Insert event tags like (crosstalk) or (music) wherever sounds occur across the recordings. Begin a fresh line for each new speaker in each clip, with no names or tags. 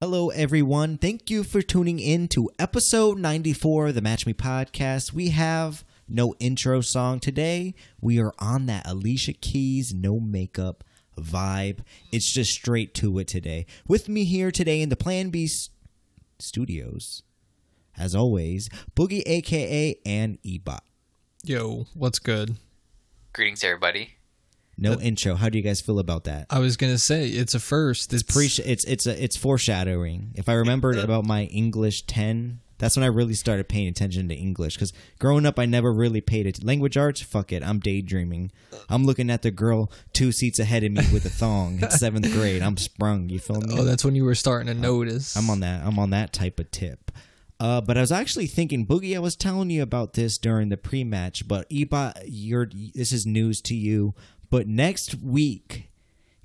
Hello, everyone. Thank you for tuning in to episode 94 of the Match Me podcast. We have no intro song today. We are on that Alicia Keys no makeup vibe. It's just straight to it today. With me here today in the Plan B s- studios, as always, Boogie AKA and Ebot.
Yo, what's good?
Greetings, everybody.
No intro. How do you guys feel about that?
I was gonna say it's a first. It's
Pre- it's it's a, it's foreshadowing. If I remembered about my English ten, that's when I really started paying attention to English. Because growing up, I never really paid it. Language arts, fuck it. I'm daydreaming. I'm looking at the girl two seats ahead of me with a thong
(laughs)
in seventh grade. I'm sprung. You feel me?
oh, that's when you were starting to notice.
I'm on that. I'm on that type of tip. Uh, but I was actually thinking, Boogie. I was telling you about this during the pre-match, but Iba, you're this is news to you. But next week,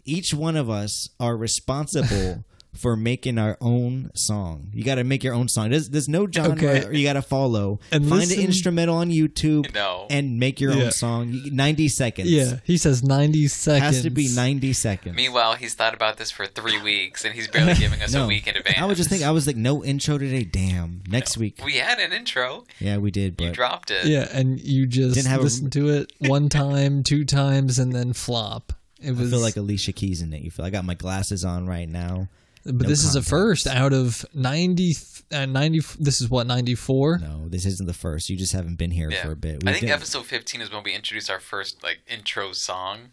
each one of us are
(laughs)
responsible for making our own song. You got to make your own song. There's, there's no genre
Okay.
you got to follow.
And
Find
listen-
an instrumental on YouTube
No.
and make your
Yeah.
own song. You- Ninety seconds.
Yeah, he says ninety seconds.
has to be ninety seconds.
Meanwhile, he's thought about this for three weeks, and he's barely giving us a week in advance.
I was just thinking. I was like, no intro today. Damn. Next week.
we had an intro.
yeah, we did. But
You dropped it.
Yeah, and you just
Didn't have a-
listen to
(laughs)
it one time, two times, and then flop. It
I
was
feel like Alicia Keys in it. You feel I got my glasses on right now.
but this is a
context.
first out of 90, uh, 90 This is what ninety four.
No, this isn't the first. You just haven't been here
Yeah.
for a bit.
I think
didn't-
episode 15 is when we introduced our first like intro song.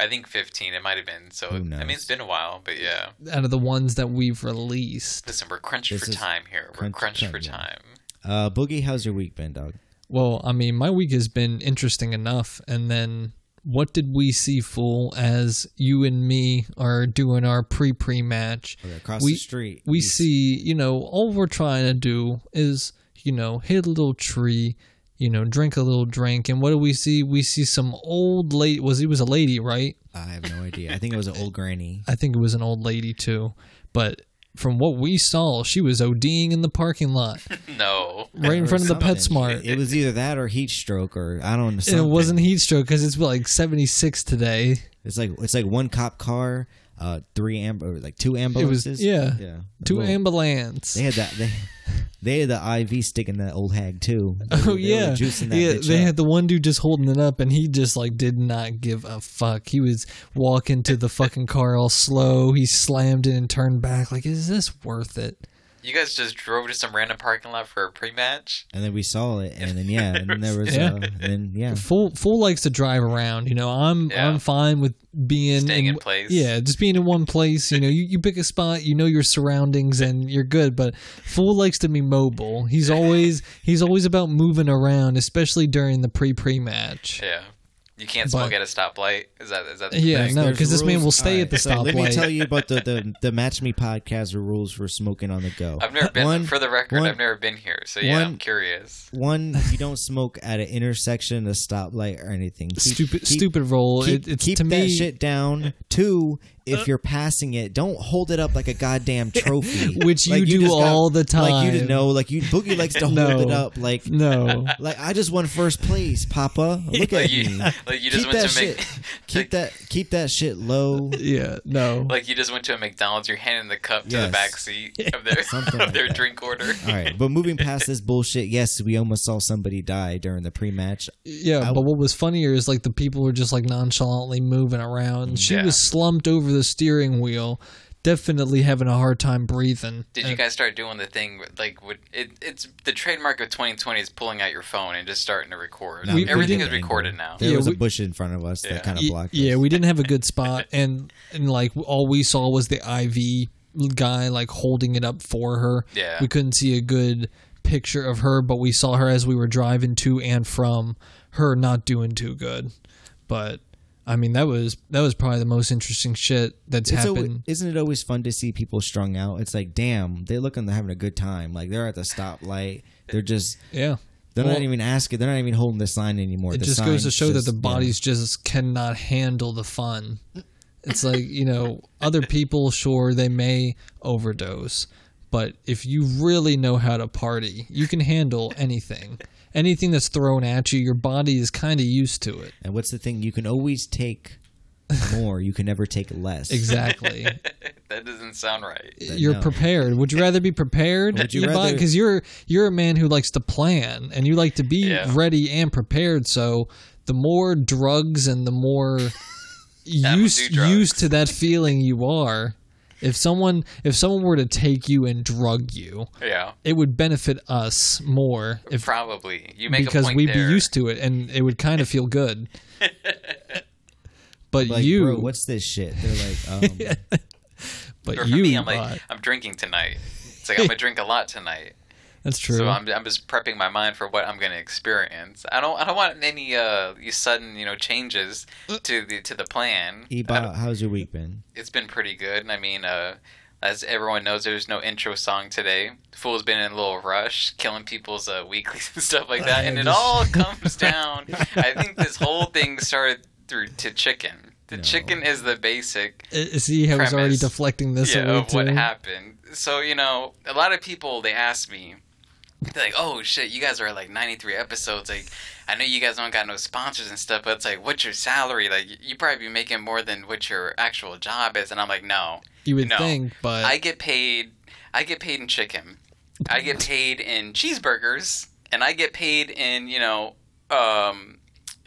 I think 15. It might have been. So
Who knows?
I mean, it's been a while, but yeah.
Out of the ones that we've released.
Listen, we're crunched
This
for
is
time here. We're
crunch
crunched
time,
for
yeah.
time.
uh, Boogie, how's your week been, dog?
Well, I mean, my week has been interesting enough. And then what did we see, fool, as you and me are doing our pre pre match?
Okay, across
we,
the street,
We
you-
see, you know, all we're trying to do is, you know, hit a little tree, you know, drink a little drink. And what do we see? We see some old lady. Was it was a lady, right?
I have no idea. I think it was an old granny.
I think it was an old lady too. But from what we saw, she was ODing in the parking
(laughs)
lot,
No.
(laughs) right in
Or
front of the
something.
PetSmart.
It was either that or heat stroke, or I don't know.
And it
something.
wasn't heat stroke because it's like 76 today.
It's like it's like one cop car, uh, three amb or like two ambulances.
yeah.
yeah,
Two
Well,
ambulance.
They had that. They, they had the IV stick in that old hag too. They were-
oh
they
yeah,
were juicing that
yeah.
bitch
They
up.
had the one dude just holding it up, and he just like did not give a fuck. He was walking to the fucking car all slow. He slammed it and turned back. Like, is this worth it?
You guys just drove to some random parking lot for a pre-match.
and then we saw it, and then yeah, and then there was
(laughs) Yeah.
uh, and then yeah.
Fool, fool likes to drive around. You know, I'm
Yeah.
I'm fine with being
Staying in place.
Yeah, just being in one place. You know, you, you pick a spot. You know your surroundings, and you're good. But fool likes to be mobile.
(laughs)
He's always he's always about moving around, especially during the pre pre match.
Yeah. You can't smoke
But-
at a stoplight. Is that is that the
Yeah,
thing?
no,
There's
because this man
rules.
will stay
Alright,
at the
so Let me
stoplight.
tell you about the,
(laughs)
the, the Match Me podcast rules for smoking on the go.
I've never been
One-
for the record.
one-
I've never been here, so yeah,
one-
I'm curious.
One, you don't smoke at an intersection, a stoplight, or anything. Keep-
stupid,
keep-
stupid role.
Keep,
it, it's
keep
to
that
me. Uh.
shit down. Two, if you're passing it, don't hold it up like a
(laughs)
goddamn trophy,
Which you do
just
all the
Like you
time.
know, like you boogie likes
(laughs)
to hold
No.
it up, like
(laughs) No,
like I just won first place,
(laughs)
Papa. Look at
Like you,
me.
like you just
Keep
went
that
to make
shit. Keep that keep that shit low.
yeah, no.
(laughs) Like you just went to a McDonald's, you're handing the cup to
Yes.
the back
(laughs)
seat of their (laughs)
Something
of
like
their
that. Uh,
drink order.
All right, but moving past this bullshit, yes, we almost saw somebody die during the pre-match.
Yeah, but what was funnier is like the people were just like nonchalantly moving around. She
Yeah.
was slumped over the steering wheel, definitely having a hard time breathing.
(laughs) Did
uh,
you guys start doing the thing with, like would it, it's the trademark of 2020 is pulling out your phone and just starting to record.
No, we
Everything
did
is
Um, that
recorded
angle.
now.
There
Yeah,
was a
we-
bush in front of us that kind of
Y-
blocked.
yeah,
us.
we didn't have a good spot, and and like all we saw was the IV guy like holding it up for her.
Yeah.
we couldn't see a good picture of her, but we saw her as we were driving to and from her not doing too good. But I mean, that was that was probably the most interesting shit that's
It's alwa-
happened.
isn't it always fun to see people strung out? It's like, damn, they're looking, they're having a good time. Like they're at the stoplight. They're just,
yeah,
they're
Well,
not even asking. They're not even holding the sign anymore.
It
The
just goes to
sign's
show
just-
that the bodies just cannot handle the fun. It's like, you know, other people, sure, they may overdose, but if you really know how to party, you can handle anything. Anything that's thrown at you, your body is kind of used to it. (laughs)
And what's the thing? You can always take more. You can never take less.
Exactly.
(laughs) That doesn't sound right.
You're
no.
prepared. Would you rather be prepared?
Would you rather-
Because you're you're a man who likes to plan and you like to be
Yeah.
ready and prepared. So the more drugs and the
(laughs)
more
would
used
do drugs.
used to that feeling you are, if someone if someone were to take you and drug you,
Yeah,
it would benefit us more if
probably. You make a
because
point
we'd
there.
be used to it and it would kind of feel
(laughs)
good. But
Like,
you,
bro,
(laughs)
what's this shit? They're like, um,
but
Or for
you,
me, I'm like,
bot.
I'm drinking tonight. It's like
(laughs)
I'm gonna drink a lot tonight,
that's true.
so I'm, I'm just prepping my mind for what I'm gonna experience. I don't I don't want any uh these sudden you know changes to the to the plan. I don't-
Eba, how's your week been?
it's been pretty good. And I mean, uh, as everyone knows, there's no intro song today. Fool's been in a little rush, killing people's uh, weeklies (laughs) and stuff like that. And it all comes down. I think this whole thing started through to chicken. The
No.
chicken is the basic
Uh, See how he's already
premise,
deflecting this
yeah,
away
of what
too?
happened. So you know, a lot of people they ask me, they're like, "Oh shit, you guys are at, like 93 episodes. Like, I know you guys don't got no sponsors and stuff, but it's like, what's your salary? Like, you probably be making more than what your actual job is." And I'm like, "No,
You would
No.
think, but
I get paid. I get paid in chicken. I get paid in cheeseburgers, and I get paid in you know um,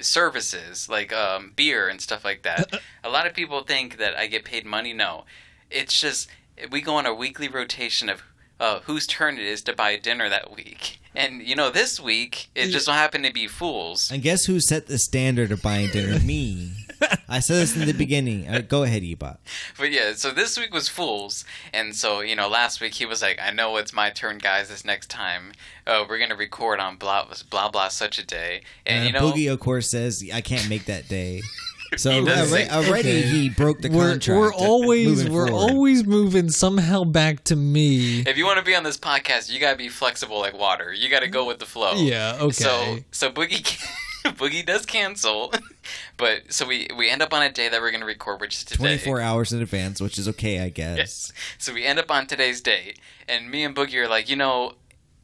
services like um, beer and stuff like that. a lot of people think that I get paid money. No, it's just we go on a weekly rotation of uh, whose turn it is to buy dinner that week. And you know, this week it just so happened to be fools.
And guess who set the standard of buying
(laughs)
dinner? Me. I said this in the beginning. Uh, go ahead, Ebot.
But yeah, so this week was Fools, and so you know, last week he was like, "I know it's my turn, guys. This next time, uh, we're gonna record on blah blah blah such a day."
And
And, you know,
Uh, Boogie, of course, says I can't make that
(laughs)
day. So uh,
He does
already,
say-
already
Okay.
he broke the
we're,
contract. uh,
we're always
moving
we're
forward.
always moving somehow back to me.
if you want to be on this podcast, you gotta be flexible like water. You gotta go with the flow.
Yeah, okay.
Oh, So so Boogie (laughs) can- Boogie does cancel, (laughs) but so we we end up on a day that we're gonna record, which is today.
24 hours in advance, which is okay, I guess.
Yes. So we end up on today's date, and me and Boogie are like, you know,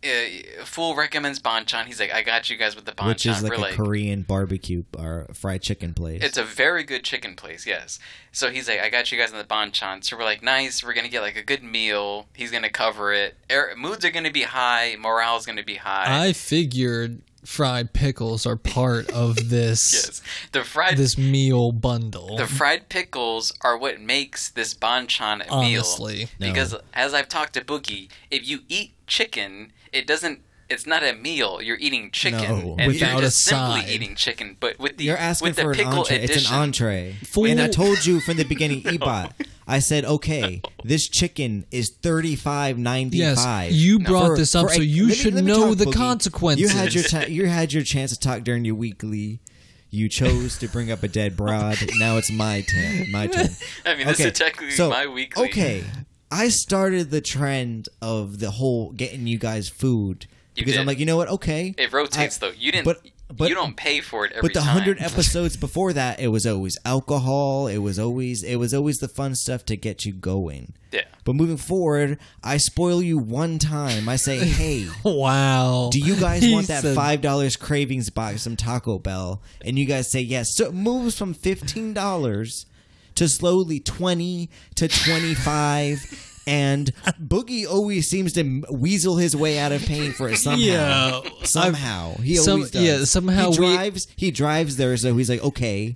uh, Fool recommends Bonchan. He's like, I got you guys with the Bonchan.
Which is like
We're
a Korean barbecue or fried chicken place.
It's a very good chicken place, yes. So he's like, I got you guys in the banchan. So we're like, nice. We're gonna get like a good meal. He's gonna cover it. Er, moods are gonna be high. Morale's gonna be high.
I figured fried pickles are part
(laughs)
of this
yes. The fried
this meal bundle.
the fried pickles are what makes this banchan a meal.
honestly,
No.
Because as I've talked to Boogie, if you eat chicken, it doesn't. It's not a meal. You're eating chicken,
No.
and
Without a
you're just
side.
simply eating chicken. But with the
You're asking
with the
for an
pickle
entree.
addition,
It's an entree.
Fool.
And I told you from the
(laughs)
beginning, Ebot. I said, okay, this chicken is thirty five ninety
yes,
five.
you brought
For-
this up,
for
so
a-
you
let me-
should
let me
know
talk,
the
Boogie.
consequences.
You had your ti you had your chance to talk during your weekly. You chose to bring up a dead broad. Now it's my turn. My turn.
(laughs) I mean, this is technically my weekly.
Okay, I started the trend of the whole getting you guys food because I'm
did.
like, you know what? Okay,
It rotates
I-
though. You didn't.
but- but-
you don't pay for it every
but the
(laughs)
time.
hundred episodes before that, it was always alcohol. It was always it was always the fun stuff to get you going.
Yeah.
But moving forward, I spoil you one time. I
(laughs)
say, hey.
wow.
Do you guys
He
want that
said-
five dollars cravings box from Taco Bell? And you guys say yes. So it moves from fifteen dollars to slowly twenty to twenty five,
(laughs)
and Boogie always seems to weasel his way out of paying for it somehow.
Yeah,
somehow he
Some-
always does.
yeah, somehow
he
we-
drives. He drives there, so he's like, okay.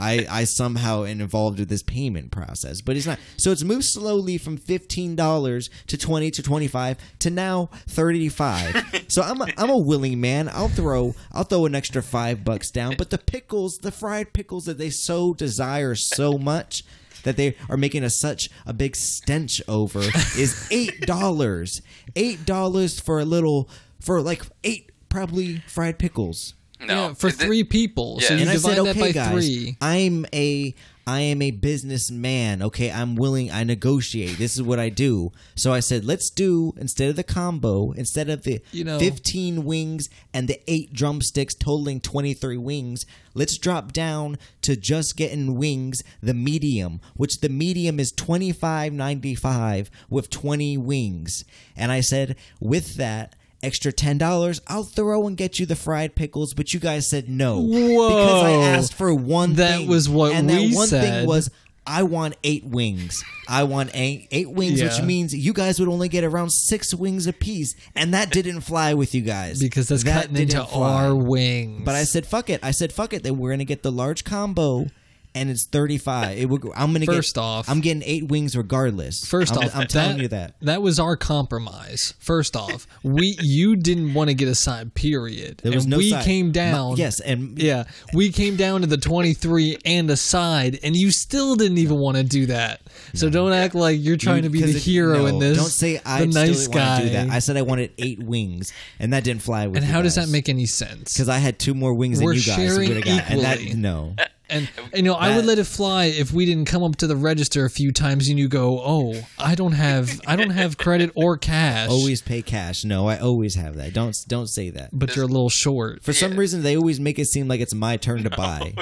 I, I somehow am involved with this payment process, but it's not. So it's moved slowly from fifteen dollars to twenty to twenty five to now thirty five. so I'm a, I'm a willing man. I'll throw I'll throw an extra five bucks down. But the pickles, the fried pickles that they so desire so much that they are making a such a big stench over is eight dollars. Eight dollars for a little for like eight probably fried pickles.
No,
Yeah, for
Is it- (laughs)
three people. So
Yeah.
you
And I
divide
said,
that
okay,
by
guys,
three.
I'm a I am a businessman. Okay, I'm willing. I negotiate. This is what I do. So I said, let's do instead of the combo, instead of the
You know-
fifteen wings and the eight drumsticks totaling twenty three wings, let's drop down to just getting wings, the medium, which the medium is twenty five ninety five with twenty wings. And I said, with that. Extra ten dollars, I'll throw and get you the fried pickles, but you guys said no
Whoa.
because I asked for one
That
thing,
was what
and that
we
one
said.
thing was I want eight wings. I want eight, eight wings, which
Yeah.
means you guys would only get around six wings apiece, and that didn't fly with you guys
because that's
That
cutting into
didn't fly.
our wings.
But I said, "Fuck it." I said, "Fuck it." That we're gonna get the large combo, and it's thirty five. It would. I'm gonna
First
get,
off-
I'm getting eight wings regardless.
1st
I'm,
off,
I'm telling you that.
that was our compromise. First off, we you didn't want to get a side period,
There was
and
no
we
side.
came
My-
down.
yes, and
yeah, we came down to the twenty three and a side, and you still didn't even want to do that. So don't act like you're trying to be the
'cause it-
hero
no,
in this.
Don't say I
the
still
nice
didn't
guy.
wanna do that. I said I wanted eight wings, and that didn't fly with.
and
you
how does
guys.
that make any sense?
Because I had two more wings
We're
than you guys
sharing
would have got, and that
equally.
no.
And you know, I would
That-
let it fly if we didn't come up to the register a few times and you go, "Oh, I don't have, I don't have credit or cash."
Always pay cash. No, I always have that. Don't don't say that.
but you're a little short.
For some reason, they always make it seem like it's my turn to
(laughs)
buy.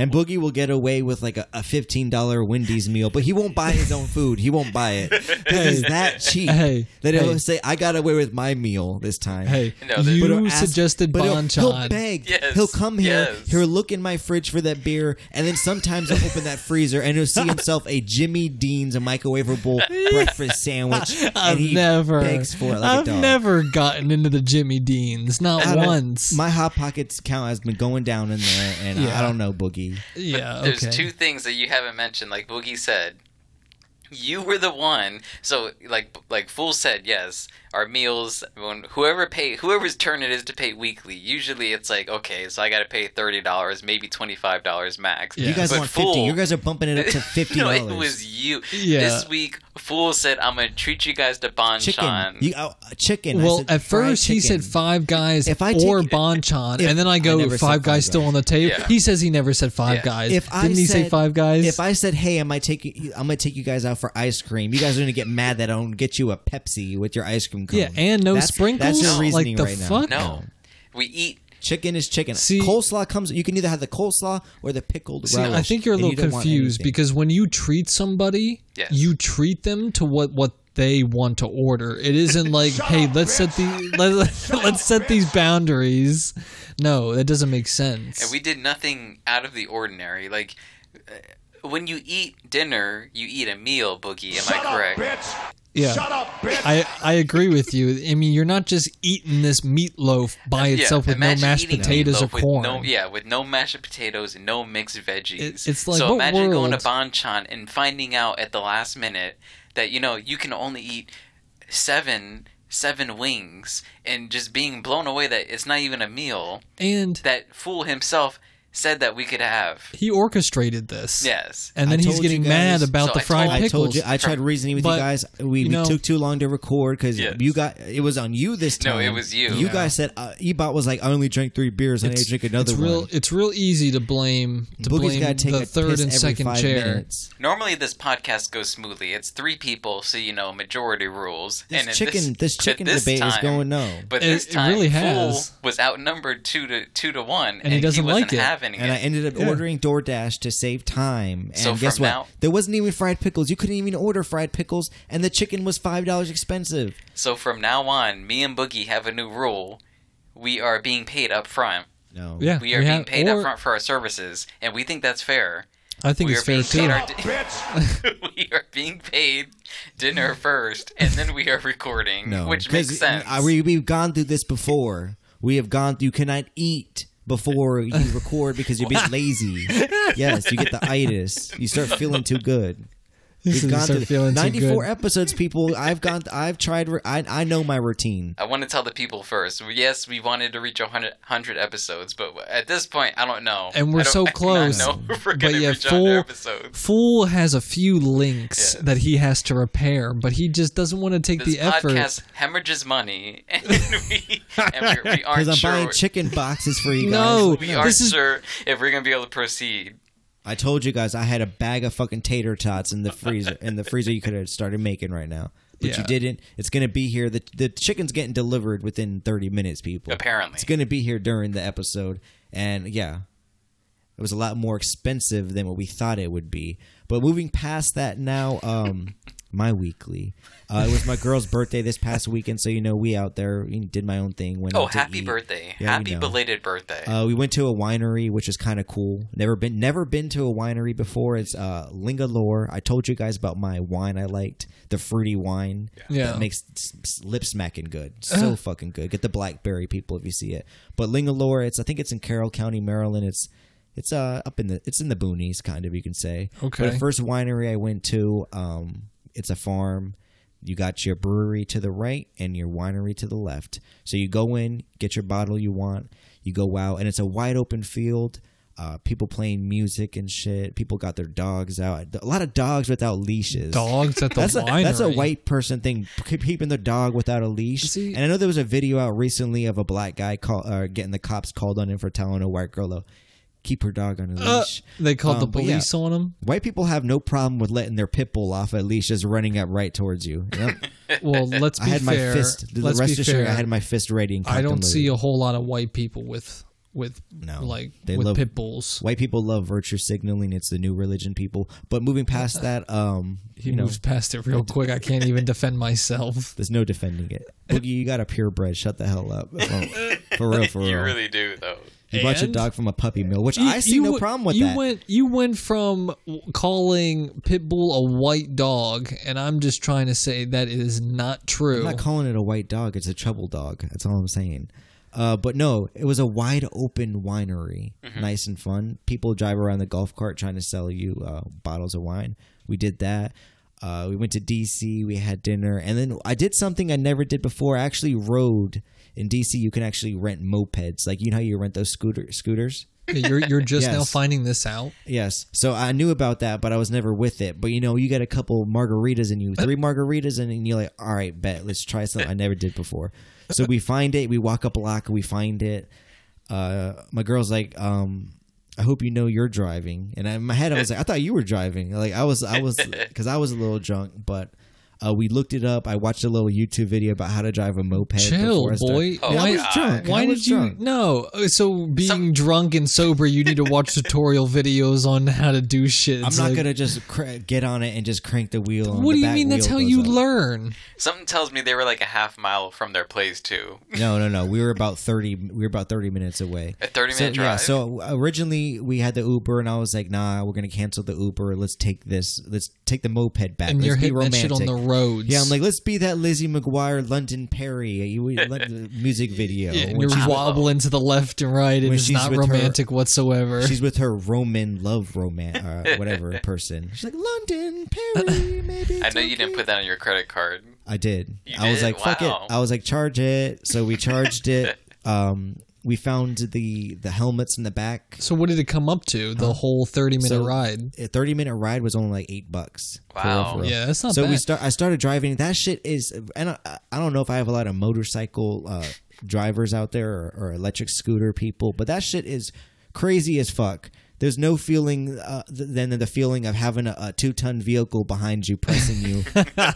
And Boogie will get away with like a, a fifteen dollar Wendy's meal, but he won't buy his own food. He won't buy it because it's
(laughs)
that cheap.
Hey,
that he'll
hey.
say, "I got away with my meal this time."
Hey,
No, there's-
But he'll
you
ask-
suggested
but he'll- He'll,
Bonchon.
beg.
Yes,
He'll come here.
yes.
He'll look in my fridge for that beer, and then sometimes he'll open that freezer and he'll
(laughs)
see himself a Jimmy Dean's, a microwavable breakfast sandwich, and
(laughs) I've
he
never,
begs for it like
I've
a dog.
never gotten into the Jimmy Deans, not
I don't-
once.
My hot pockets count has been going down in there, and I-
Yeah.
I don't know, Boogie.
yeah, okay.
There's two things that you haven't mentioned. Like Boogie said, you were the one. So like like Fool said, yes, our meals. When whoever pay whoever's turn it is to pay weekly. Usually it's like okay, so I got to pay thirty dollars, maybe twenty five dollars max.
You
You guys
But
want
Fool-
fifty? You
(laughs)
guys are bumping it up to fifty
no,
dollars.
it was you.
Yeah.
This week, Fool said, "I'm gonna treat you guys to
chicken.
banchan."
You, oh, chicken. I
Well,
said
at
fried
first he
chicken.
said Five Guys
If I
or
take-
Bonchon,
if-
and then I go
I never said
Five,
Five
guys, still
Guys.
on the table.
Yeah.
He says he never said Five
Yeah.
Guys.
If I
Didn't he say
said-
Five Guys?
If I said, "Hey, am I taking? you- I'm gonna take you guys out for ice cream," you guys are gonna get mad that I don't get you a Pepsi with your ice cream cone.
Yeah, and no
that's,
sprinkles?
That's your
No.
reasoning
Like the
right
fuck?
now.
no, we eat.
chicken is chicken.
See-
coleslaw comes. You can either have the coleslaw or the pickled.
See,
relish,
I think you're a
and you
little
don't want
confused
anything.
because when you treat somebody,
Yes.
you treat them to what what they want to order. It isn't
(laughs)
like, hey, let's set the let, let's set these boundaries. No, that doesn't make sense.
And we did nothing out of the ordinary. Like uh, when you eat dinner, you eat a meal, Boogie. Am I correct?
yeah.
Shut up, bitch.
I, I agree with you. I mean, you're not just eating this meatloaf by itself with no
imagine
mashed
eating
potatoes or
meatloaf with
corn.
No, yeah, with no mashed potatoes and no mixed veggies.
It- it's like,
so
what
imagine going to
world?
Banchan and finding out at the last minute that you know you can only eat seven seven wings and just being blown away that it's not even a meal
And
that fool himself said that we could have.
he orchestrated this.
Yes.
And then
I
he's
told
getting
you guys-
mad about
So
the
I
fried
told-
I
pickles.
told you I tried reasoning with you
But,
guys. We,
you
we
know-
took too long to record because
Yes.
you got it was on you this time.
No, it was you.
You
Yeah.
guys said uh, Ebot was like, I only drank three beers. and I need to drink another
it's real,
one.
It's real easy to blame to
Boogie's gotta
blame
take
the
a
third
piss
and
every
second
five
chair.
minutes.
Normally this podcast goes smoothly. It's three people, so you know majority rules.
This
and at
chicken- this
but
chicken debate is going no.
But
It-
this
it
time,
really
Fool
has.
was outnumbered two to two to one, and,
he doesn't like
wasn't
it.
Having
And
it.
I ended up
Yeah.
ordering DoorDash to save time. And
So
guess
from
what?
now-
there wasn't even fried pickles. You couldn't even order fried pickles, and the chicken was five dollars expensive.
So from now on, me and Boogie have a new rule. We are being paid up front.
No.
Yeah,
We are
we
being
have-
paid
or-
up front for our services, and we think that's fair. (laughs)
I think
we
it's
are
fair
being paid
too.
our di-
bitch.
we are being paid dinner first, and then we are recording,
No.
which makes
'Cause,
sense.
uh, we, we've gone through this before. We have gone. You cannot eat before
(laughs)
you record because you're being lazy. Yes, you get the itis. You start feeling too good.
This is- you start feeling too
ninety-four
good.
episodes, people. I've gone. I've tried. re- I I know my
(laughs)
routine.
I want to tell the people first. Yes, we wanted to reach 100, 100 episodes, but at this point, I don't know.
And we're
(laughs) I don't-
so
I do not
close.
know if we're
But
going to
yeah,
reach 100
full
episodes.
Fool has a few links
Yeah.
that he has to repair, but he just doesn't want to take
This
the effort.
podcast hemorrhages money, (laughs) and we, and we,
(laughs)
we
Because
aren't
I'm
sure.
buying chicken boxes for you guys.
(laughs) No,
we aren't
this is
sure if we're going to be able to proceed.
I told you guys I had a bag of fucking tater tots in the
(laughs)
freezer in the freezer you could have started making right now. But you
Yeah.
didn't. It's gonna be here. The the chicken's getting delivered within thirty minutes, people.
Apparently.
It's gonna be here during the episode. And yeah. It was a lot more expensive than what we thought it would be. But moving past that now, um, (laughs) my weekly. Uh, it was my girl's birthday this past weekend, so you know we out there we did my own thing. Went
Oh,
out to
happy
eat.
birthday!
Yeah, we
happy
know.
belated birthday!
Uh, we went to a winery, which is kind of cool. Never been, never been to a winery before. It's uh, Lingalore. I told you guys about my wine I liked, the fruity wine.
Yeah.
that makes s- s- lip smacking
(laughs)
good, so fucking good. Get the blackberry people if you see it. But Lingalore, it's I think it's in Carroll County, Maryland. It's it's uh up in the it's in the boonies, kind of you can say.
Okay.
But the first winery I went to, um, it's a farm. You got your brewery to the right and your winery to the left. So you go in, get your bottle you want, you go out, and it's a wide open field. Uh, people playing music and shit. People got their dogs out. A lot of dogs without leashes.
Dogs at the
That's a,
winery.
that's a white person thing, k- keeping their dog without a leash.
See-
and I know there was a video out recently of a black guy call, uh, getting the cops called on him for telling a white girl to keep her dog on a
Uh,
leash.
they called the
Um, but yeah.
police on him.
White people have no problem with letting their pit bull off a leash just running up right towards you. Yep.
(laughs)
Well, let's (laughs) be
I had my
fair.
fist. The
let's
rest
be
assured, I
fair.
had my fist ready. And
I
cocked
don't
and
see
loaded.
a whole lot of white people with with
No,
like
they
with
love-
pit bulls.
White people love virtue signaling. It's the new religion, people. But moving past
(laughs)
that, um,
He
you know,
moves past it real quick. I can't even defend myself.
there's no defending it. Boogie, you got a purebred. Shut the hell
(laughs)
up. For real, for real.
you really do, though.
You bought your
And-
dog from a puppy mill, which I see
You-
no
you-
problem with
you
that.
Went, you went from w- calling Pitbull a white dog, and I'm just trying to say that is not true.
I'm not calling it a white dog; it's a trouble dog. That's all I'm saying. Uh, but no, it was a wide open winery, nice and fun. People drive around the golf cart trying to sell you uh, bottles of wine. We did that. Uh, we went to DC. We had dinner, and then I did something I never did before. I actually rode in DC. You can actually rent mopeds, like you know how you rent those scooter scooters.
you're you're just now
Yes.
finding this out.
Yes. So I knew about that, but I was never with it. But you know, you get a couple margaritas in you, three margaritas, in you, and you're like, all right, bet, let's try something I never did before. So we find it. We walk a block, we find it. Uh, my girl's like, um, I hope you know you're driving. And in my head, I was like, I thought you were driving. Like I was, I was, because I was a little drunk, but. Uh, we looked it up. I watched a little YouTube video about how to drive a moped.
Chill,
before I started-
boy.
Oh,
Yeah, I
why
was drunk.
why
I was
did you
drunk.
no? uh, So being drunk and sober, you need to (laughs) watch tutorial videos on how to do shit.
I'm
It's
not
like,
gonna just cra- get on it and just crank the wheel. and
What
the
do you
back
mean? That's
wheel
how
goes
you
up.
learn.
Something tells me they were like a half mile from their place too.
No, no, no. We were about thirty. We were about thirty minutes away.
A thirty
So
minute
yeah.
drive.
So originally we had the Uber, and I was like, "Nah, we're gonna cancel the Uber. Let's take this. Let's take the moped back.
And
let's
you're
be
hitting that
romantic."
shit on the roads.
yeah, I'm like, let's be that Lizzie McGuire, London Perry, you,
(laughs)
the music video.
Yeah, and
when
you're
she's,
wobbling to the left and right. It
When
is
she's
not
with her-
romantic whatsoever.
she's with her Roman love romance,
(laughs)
uh, whatever person. She's like
(laughs)
London Perry, maybe.
I
it's
know you didn't
okay."
put that on your credit card.
I did.
You
I was
did?
like, fuck
Wow.
it. I was like, charge it. So we charged
(laughs)
it. um, we found the the helmets in the back.
So what did it come up to? The whole thirty minute
So-
ride.
A thirty minute ride was only like eight bucks. For real,
Wow.
for real.
Yeah, that's not
so
bad.
we start. I started driving. That shit is, and I, I don't know if I have a lot of motorcycle uh, drivers out there or, or electric scooter people, but that shit is crazy as fuck. There's no feeling uh, th- than the feeling of having a, a two ton vehicle behind you pressing
(laughs)
you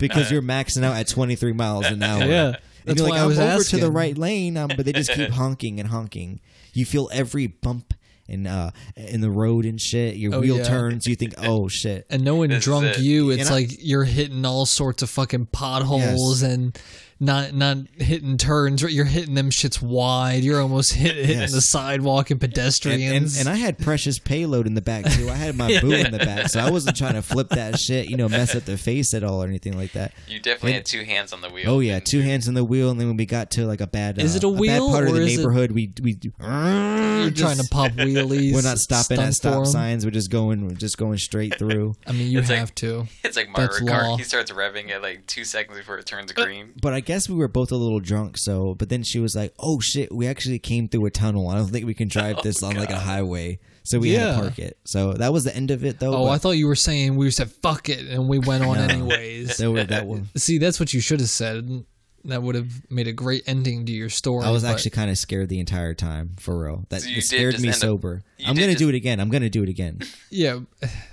because you're maxing out at 23 miles an hour.
Yeah.
And
That's
you're
why
like,
I
I'm
was
over to the
asking.
right lane, um, but they just (laughs) keep honking and honking. You feel every bump in uh, in the road and shit. Your
Oh,
wheel
yeah.
turns. You think, oh shit,
and knowing
This is
drunk
it.
you, it's
And I-
like you're hitting all sorts of fucking potholes and not not hitting turns. right? You're hitting them shits wide. You're almost hit,
(laughs)
hitting
Yes.
the sidewalk and
and, and,
pedestrians.
and I had precious payload in the back too. I had my (laughs) boo in the back, so I wasn't trying to flip that shit, you know, mess up their face at all or anything like that.
You definitely
It-
had two hands on the wheel.
Oh yeah, two hands on the wheel, and then when we got to like a bad, uh,
Is it a
bad
wheel,
part of
or
the
is it-
neighborhood? We we
you're
we're
trying to
(laughs)
pop wheelies.
We're not stopping
stunt
at
for 'em.
stop signs. We're just going, we're just going straight through.
I mean, you
It's like-
have to.
It's like Mario
That's
Kart.
law.
He starts revving at like two seconds before it turns green.
But I guess we were both a little drunk, so. But then she was like, "Oh shit, we actually came through a tunnel. I don't think we can
(laughs) Oh,
drive this on like a highway, so we had
Yeah.
to park it." So that was the end of it, though.
Oh,
but
I thought you were saying we said fuck it and we went on
No.
anyways.
there were that
(laughs)
one.
See, that's what you should have said. That would have made a great ending to your story.
I was
but-
actually kind of scared the entire time, for real. That
So you
it
did
scared
just
me
end up-
sober.
you
I'm
did
gonna
just-
do it again. I'm gonna do it
(laughs)
again.
Yeah.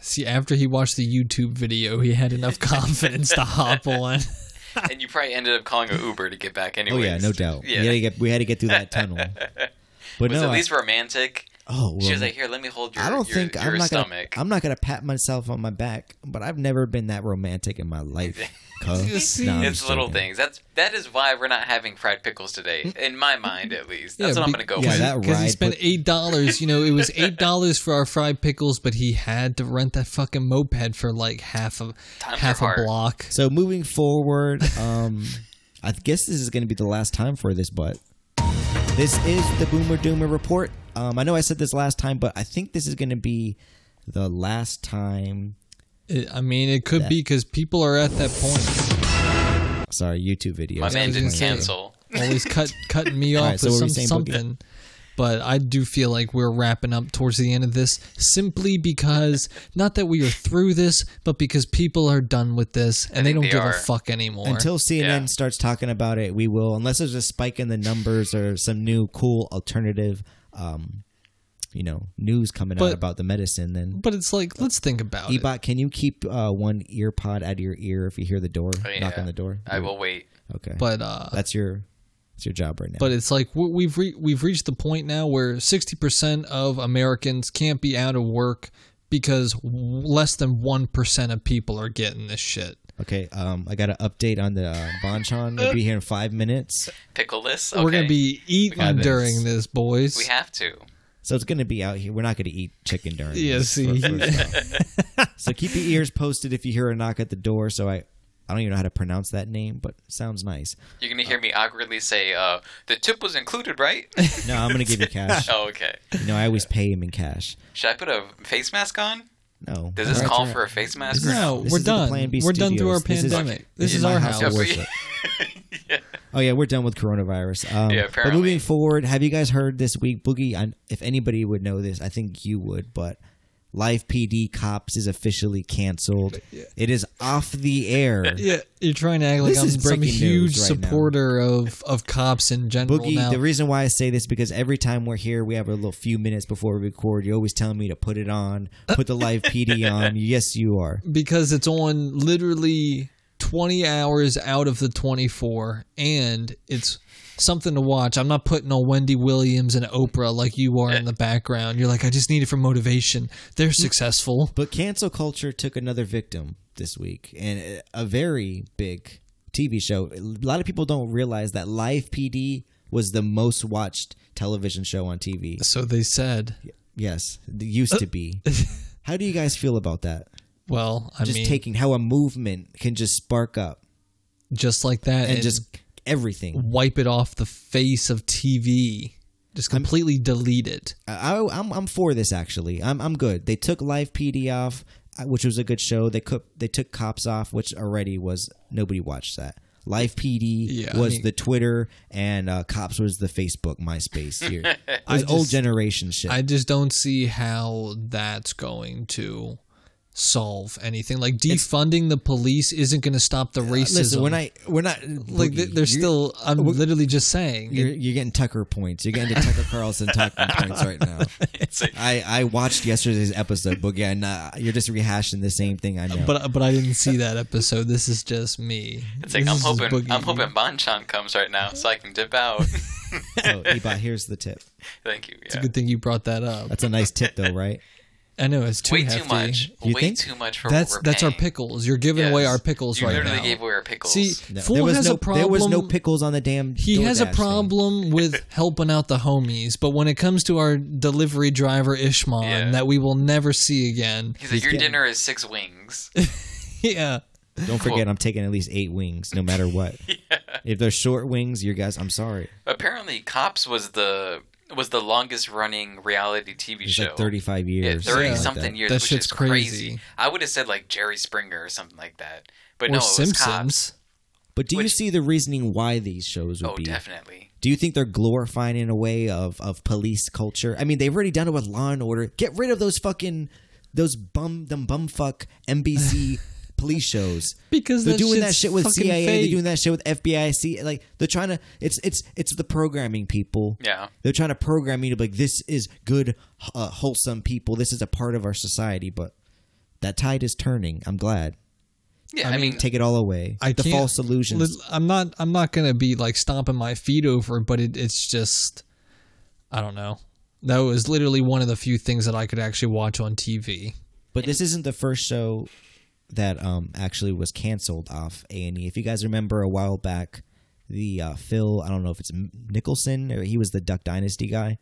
See, after he watched the YouTube video, he had
(laughs)
enough confidence to hop on.
and you probably ended up calling an Uber to get back
(laughs) oh
anyways.
yeah, no doubt.
Yeah. (laughs)
We, had to get, we had to get through that tunnel. But
was
no,
at
I-
least romantic.
Oh, well,
she was like, "Here, let me hold your
I don't
your,
think
your
I'm not
stomach."
gonna I'm not gonna pat myself on my back, but I've never been that romantic in my
(laughs)
life. cuz.
You see-
No, I'm
it's
just
little
joking.
things. That's that is why we're not having fried pickles today, in my mind at least. That's what I'm gonna go
Hmm. yeah,
with.
that
Because he
ride
spent
put-
eight dollars. You know,
(laughs)
it was eight dollars for our fried pickles, but he had to rent that fucking moped for like half a
Times
half
are
a
hard.
block.
So moving forward, um, (laughs) I guess this is going to be the last time for this, but this is the Boomer Doomer report. Um, I know I said this last time, but I think this is going to be the last time.
It, I mean, it could be because people are at that point.
Sorry, YouTube videos.
My
I
man
was
didn't
gonna say.
cancel.
Always cut cutting me off
(laughs) All right, so
with
what were
some,
you saying, Boogie?
something. But I do feel like we're wrapping up towards the end of this simply
(laughs)
because not that we are through this, but because people are done with this and they
think
don't
they
give
are.
a fuck anymore.
Until CNN
Yeah.
starts talking about it, we will. Unless there's a spike in the numbers or some new cool alternative, um, you know, news coming out
But-
about the medicine, then.
but it's like, let's think about it.
Ebot, can you keep uh, one ear pod out of your ear if you hear the door knock
Yeah.
on the door?
I will wait.
Okay.
But uh,
That's your that's your job right now.
But it's like w- we've re- we've reached the point now where 60% of Americans can't be out of work because w- less than 1% of people are getting this shit.
okay, um, I got an update on the uh, Bonchon. We'll be here in five minutes,
Pickleless. Okay.
We're going to be
got
eating
this.
during this, boys.
We have to.
so it's gonna be out here. We're not gonna eat chicken during.
Yeah,
this
see.
for- for- (laughs) so keep your ears posted if you hear a knock at the door. So I, I don't even know how to pronounce that name, but it sounds nice.
You're gonna hear me awkwardly say, uh, "The tip was included, right?"
(laughs) No, I'm gonna give you
(laughs)
cash.
oh, okay.
You know, I always pay him in cash.
Should I put a face mask on?
No.
Does this
All right,
call
all right.
for a face mask? or
no,
This
we're
is the
done.
Plan B
We're done through our
Studios. This is-
pandemic. this
this
is
is my
our
house.
house.
Yeah,
no?
but- worship.
yeah.
Oh (laughs) yeah, we're done with coronavirus. Um,
Yeah,
but
apparently.
moving forward, have you guys heard this week, Boogie? I, if anybody would know this, I think you would. But Live PD Cops is officially
(laughs)
canceled. It is off the air.
Yeah, you're trying to act like
This
I'm
is
some
breaking
huge
news right now.
supporter of, of cops in general
Boogie,
now.
the reason why I say this because every time we're here, we have a little few minutes before we record. You're always telling me to put it
(laughs)
on, put the live PD on. Yes, you are.
because it's on literally 20 hours out of the 24 and it's something to watch i'm not putting on wendy williams and oprah like you are in the background you're like i just need it for motivation they're
Mm.
successful
But cancel culture took another victim this week, and a very big TV show. A lot of people don't realize that Live PD was the most watched television show on TV.
so they said (laughs)
Yes, it used to be. How do you guys feel about that?
well i
Just
mean
taking how a movement can just spark up
just like that
and just everything.
wipe it off the face of tv just completely delete it
I, I- I'm I'm for this actually. I'm I'm good. They took Live PD off, uh, which was a good show. They cook they took Cops off, which already was nobody watched that. Live PD
Yeah, I
was
mean-
the Twitter, and uh, Cops was the Facebook, MySpace.
(laughs)
Here, it was
I
old
just-
generation shit.
I just don't see how that's going to solve anything. Like defunding the police isn't going to stop the racism.
Listen, we're not we're not
like th-
Boogie,
they're
you're-
still. I'm literally just saying.
You're, you're getting Tucker points. You're getting to
(laughs)
Tucker Carlson Tucker points right now.
It's like,
I, I watched yesterday's episode, Boogie. And, uh, you're just rehashing the same thing I know.
But but I
(laughs)
didn't see that episode. This is just me.
it's like
This
I'm
is
hoping
Boogie.
I'm hoping Bonchan comes right now so I can
(laughs)
dip out. (laughs)
so, Ebot, here's the tip.
Thank you.
It's a
Yeah.
good thing you brought that up.
That's a nice tip, though, right?
I know it's too
Way
hefty.
too much.
You
Way
think?
too much for
That's
what we're
that's our
paying.
pickles. You're giving away
Yes.
our pickles
You
right
literally
now.
gave away our pickles.
See,
No,
Fool
there was
has
no
a problem.
there was no pickles on the damn.
he has a
DoorDash thing.
(laughs)
problem with helping out the homies, but when it comes to our delivery driver Ishmael
Yeah.
that we will never see again,
He's like, your
getting-
dinner is
(laughs)
six wings.
yeah,
Don't forget, I'm taking at least eight wings, no matter
(laughs)
what. If they're short wings, you guys, I'm sorry.
Apparently, Cops was the was the longest running reality TV
It's
show.
like 35
Yeah,
years.
thirty
something like
something
that.
years.
That
which
shit's
is crazy.
crazy.
I would have said like Jerry Springer or something like that. But
or
no, it was Cops.
Simpsons.
But do you
Which-
see the reasoning why these shows would
Oh,
be?
definitely.
Do you think they're glorifying in a way of of police culture? I mean, they've already done it with Law and Order. Get rid of those fucking those bum them bumfuck
(laughs)
NBC police shows.
Because
they're
that
doing that
shit's
shit with
fucking
CIA, they're
fake.
doing that shit with FBI. See, like they're trying to. It's it's it's the programming people.
Yeah.
they're trying to program you to be like this is good, uh, wholesome people. This is a part of our society. But that tide is turning. I'm glad.
Yeah,
I
I
mean,
mean,
Take it all away.
I
the
can't-
false illusions.
li- I'm not. I'm not gonna be like stomping my feet over, but it, it's just. I don't know. That was literally one of the few things that I could actually watch on TV.
But this isn't the first show that um, actually was canceled off A and E. If you guys remember a while back, the uh, Phil I don't know if it's M- Nicholson or he was the Duck Dynasty guy.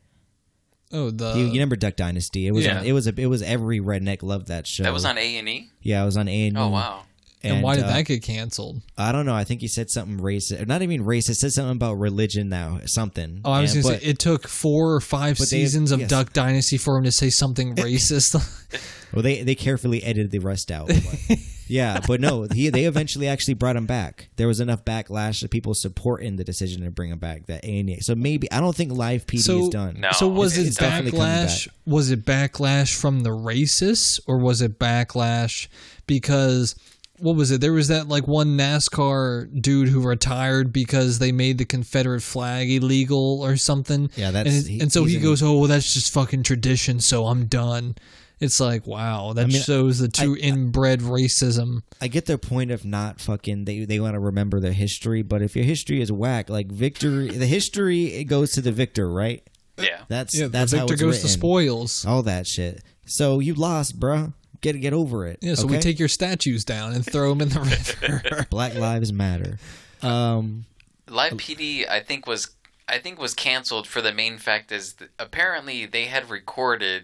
Oh,
Uh,
the
you, you remember Duck Dynasty? It was
Yeah.
on, it was a, it was every redneck loved that show.
That was on A and E.
yeah, it was on A and E.
Oh wow.
and, why did
uh,
that get canceled?
I don't know. I think he said something racist. Not even racist. Said something about religion now. Something.
Oh, I was
And-
going
but-
to say it took four or five
but they-
seasons of
yes.
Duck Dynasty for him to
(laughs)
say something racist. (laughs)
Well, they they carefully edited the rest out. but- yeah, but no, he they eventually actually brought him back. There was enough backlash of people supporting the decision to bring him back. That A and E. So maybe I don't think live PD
So-
is done.
No.
so was
it's-
it
it's definitely coming
backlash? Was it backlash from the racists, or was it backlash because what was it? There was that like one NASCAR dude who retired because they made the Confederate flag illegal or something.
Yeah, that's-
and,
he-
and so
he's
he
in-
goes, "Oh, well, that's just fucking tradition." So I'm done. It's like wow, that
mean,
shows the two inbred racism.
I get their point of not fucking. They they want to remember their history, but if your history is whack, like victory, the history it goes to the victor, right?
Uh,
Yeah.
That's
Yeah,
that's
the
how
victor
it's
goes
written.
to spoils.
All that shit. So you lost, bruh. Get get over it.
Yeah, so we
okay?
take your statues down and throw them in the
(laughs)
(laughs) river.
Black Lives
(laughs)
Matter. Um,
Live PD, I think was I think was canceled for the main fact is th- apparently they had recorded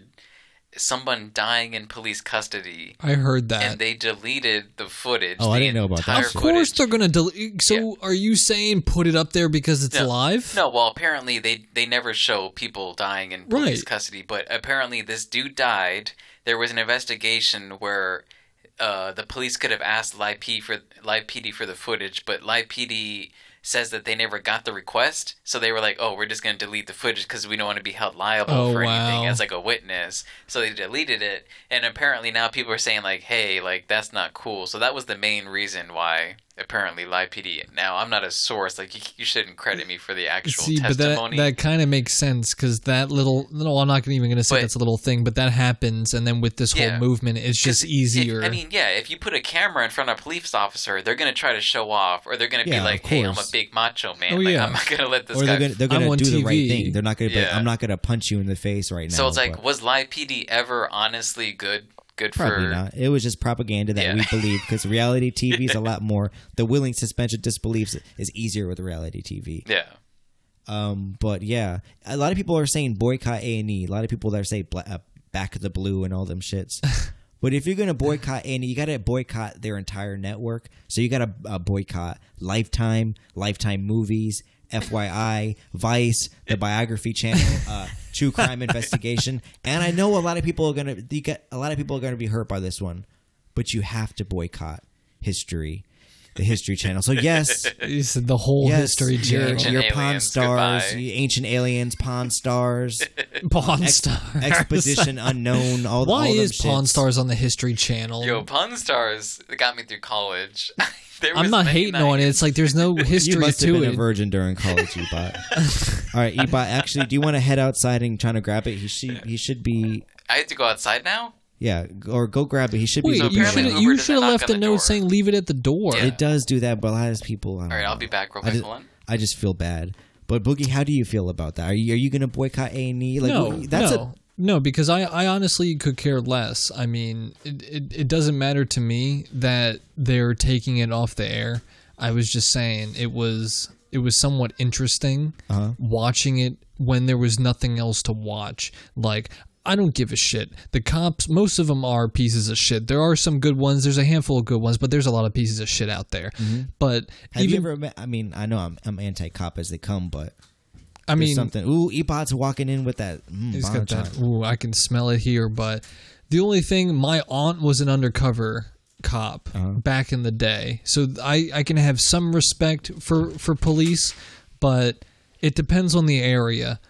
someone dying in police custody,
I heard that.
and they deleted the footage.
Oh, I
the
didn't know about that.
entire
Of
Of course
footage.
they're gonna delete. So
Yeah.
are you saying put it up there because it's
No.
live?
No, well, apparently they they never show people dying in police
Right.
custody, but apparently this dude died. There was an investigation where uh, the police could have asked Live P for Live PD for the footage, but Live PD says that they never got the request, so they were like, "Oh, we're just going to delete the footage because we don't want to be held liable
Oh,
for
wow.
anything as like a witness." So they deleted it, and apparently now people are saying like, "Hey, like that's not cool." So that was the main reason why apparently Live PD. Now I'm not a source, like you, you shouldn't credit me for the actual
See, but that
testimony.
that kind of makes sense because that little no, I'm not gonna- even gonna say
But-
that's a little thing, but that happens, and then with this
Yeah.
whole movement, it's just
'Cause if-
easier.
I mean, yeah, if you put a camera in front of a police officer, they're gonna try to show off, or they're gonna
Yeah,
be
of
like, "Hey, I'm a
course.
big macho man.
Oh,
like,
yeah.
I'm not gonna let this
or
guy."
they're gonna they're
I'm
gonna
on
do the right
TV.
thing. They're not gonna. Be, like,
Yeah.
I'm not gonna punch you in the face right now.
so it's like,
but
was Live PD ever honestly good? Good
probably
for
not. It was just propaganda that
Yeah. (laughs)
we believe because reality TV is a lot more. The willing suspension of disbeliefs is easier with reality TV.
yeah.
Um, but yeah, a lot of people are saying boycott A and E. A lot of people that say bla- uh, back of the blue and all them shits. but if you're gonna boycott A and E, you gotta boycott their entire network. So you gotta uh, boycott Lifetime, Lifetime movies, FYI, Vice, the Biography Channel, uh, True Crime Investigation. And I know a lot of people are gonna you get, a lot of people are gonna be hurt by this one, but you have to boycott History, the History Channel. So yes.
You said the whole history
Your,
channel,
Ancient
your Pawn
Aliens,
Stars,
goodbye.
the Ancient Aliens, Pawn
(laughs)
Stars,
Pawn
Ex-
Stars. (laughs)
Expedition Unknown, all
Why
all them
is Pawn
shits.
Stars on the History Channel?
Yo, Pawn Stars got me through college. (laughs) There
I'm
was
not
many
hating on
nights-
it. It's like there's no
(laughs)
history
You must
to
have been
it.
a virgin during college, Ebot.
(laughs)
all right, Ebot. Actually, do you want to head outside and try to grab it? He should. He should be.
I have to go outside now.
Yeah, or go grab it. He should
Wait,
be.
So
you
apparently
should
Uber
you
doesn't
should have
knock
left
on
a
the
note
door.
saying leave it at the door.
Yeah.
It does do that, but a lot of people.
All right, I'll be back
I
real quick.
just,
Hold on.
I just feel bad. But Boogie, how do you feel about that? Are you, are you going to boycott A and E? Like
no,
that's
no, no, because I, I honestly could care less. I mean, it, it, it doesn't matter to me that they're taking it off the air. I was just saying it was it was somewhat interesting
Uh-huh.
watching it when there was nothing else to watch. Like I don't give a shit. The cops, most of them are pieces of shit. There are some good ones. There's a handful of good ones, but there's a lot of pieces of shit out there. But
a. Mm-hmm. Have
even
you ever? Met, I mean, I know I'm, I'm anti cop as they come, but
I
There's
mean,
something. Ooh, Ebot's walking in with that. Mm,
He's got
bonchon.
that. Ooh, I can smell it here. But the only thing, my aunt was an undercover cop
Uh-huh.
back in the day, so I I can have some respect for for police, but it depends on the area.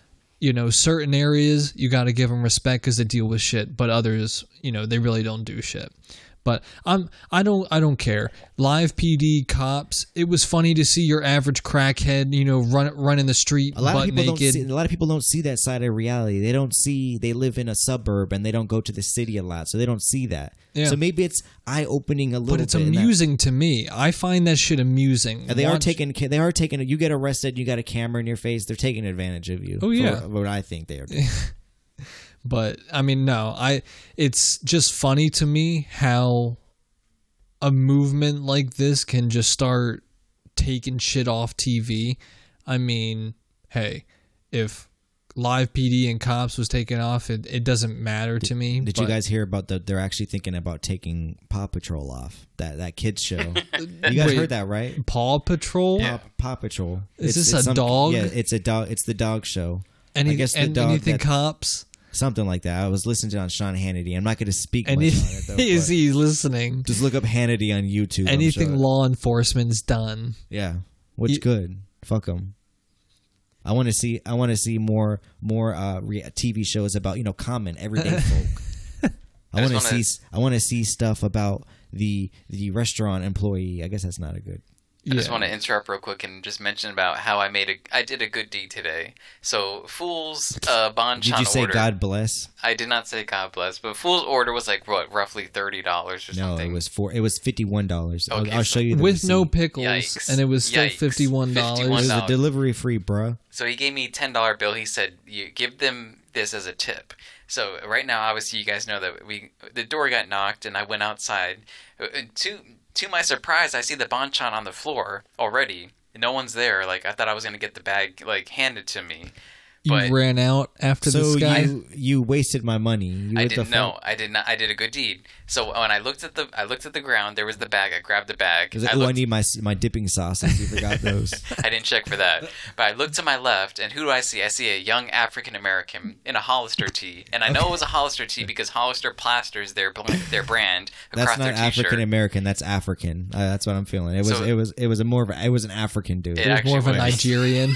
You know, certain areas you got to give them respect because they deal with shit, but others, you know, they really don't do shit. But I'm I don't I don't care. Live PD cops. It was funny to see your average crackhead, you know, run running the street
A lot
butt
of people
naked.
don't see. A lot of people don't see that side of reality. They don't see. They live in a suburb and they don't go to the city a lot, so they don't see that.
Yeah.
So maybe it's eye opening a little.
but it's
bit in that-
amusing to me. I find that shit amusing.
And they are
Watch-
taking. ca- They are taking. You get arrested. You got a camera in your face. They're taking advantage of you.
Oh, yeah. (laughs)
for what I think they are. Doing.
but I mean, no, I. It's just funny to me how a movement like this can just start taking shit off TV. I mean, hey, if live PD and cops was taken off, it, it doesn't matter to me.
Did
but-
you guys hear about the? They're actually thinking about taking Paw Patrol off that that kids show. you guys
Wait.
heard that, right?
Paw Patrol?
Paw, Paw Patrol.
Is this a dog?
Yeah, it's a dog. It's the dog show.
Any,
I guess the
an-
dog
anything
that-
cops?
Something like that. I was listening to it on Sean Hannity. I'm not going to speak
Any,
much on it though.
(laughs) is
but
he listening?
just look up Hannity on YouTube. I'm
Anything
sure.
law enforcement's done.
Yeah, which
You-
good. Fuck them. I want to see. I want to see more more uh, re- TV shows about you know common
(laughs)
everyday folk. I
I
want
just
to
wanna-
see. s- I want to see stuff about the the restaurant employee. I guess that's not a good.
I just
Yeah.
want to interrupt real quick and just mention about how I made a I did a good deed today. So Fool's uh, Bon
Did
Chan
you say
order.
God bless?
I did not say God bless, but Fool's order was like what roughly thirty dollars or
No,
something. Oh,
it was four. It was fifty one dollars.
Okay,
I'll, I'll show
so-
you the
With no
receipt.
pickles,
Yikes.
and it was still
Yikes.
fifty-one dollars.
It was
$51.
a delivery free, bruh.
So he gave me a ten dollar bill. He said, "You give them this as a tip." So right now, obviously, you guys know that we the door got knocked, and I went outside. Uh, uh, To to my surprise, I see the banchan on the floor already. No one's there. Like I thought I was gonna get the bag like handed to me.
You
But-
ran out after
So
this guy.
you you wasted my money. You what
I
the
didn't
fuck?
know. I did not. I did a good deed. So when I looked at the I looked at the ground. There was the bag. I grabbed the bag.
It was like,
I
oh, I
looked
need my s- my dipping sauces. You
(laughs)
forgot those.
I didn't check for that. But I look to my left, and who do I see? I see a young African American in a Hollister tee, and I know it was a Hollister tee because Hollister plasters their bl- their brand across
That's not
their T-shirt.
African American. That's African. Uh, that's what I'm feeling. It was.
So-
it was. It was a more of. A, it was an African dude.
It
He was more of a
actually was. (laughs)
Nigerian.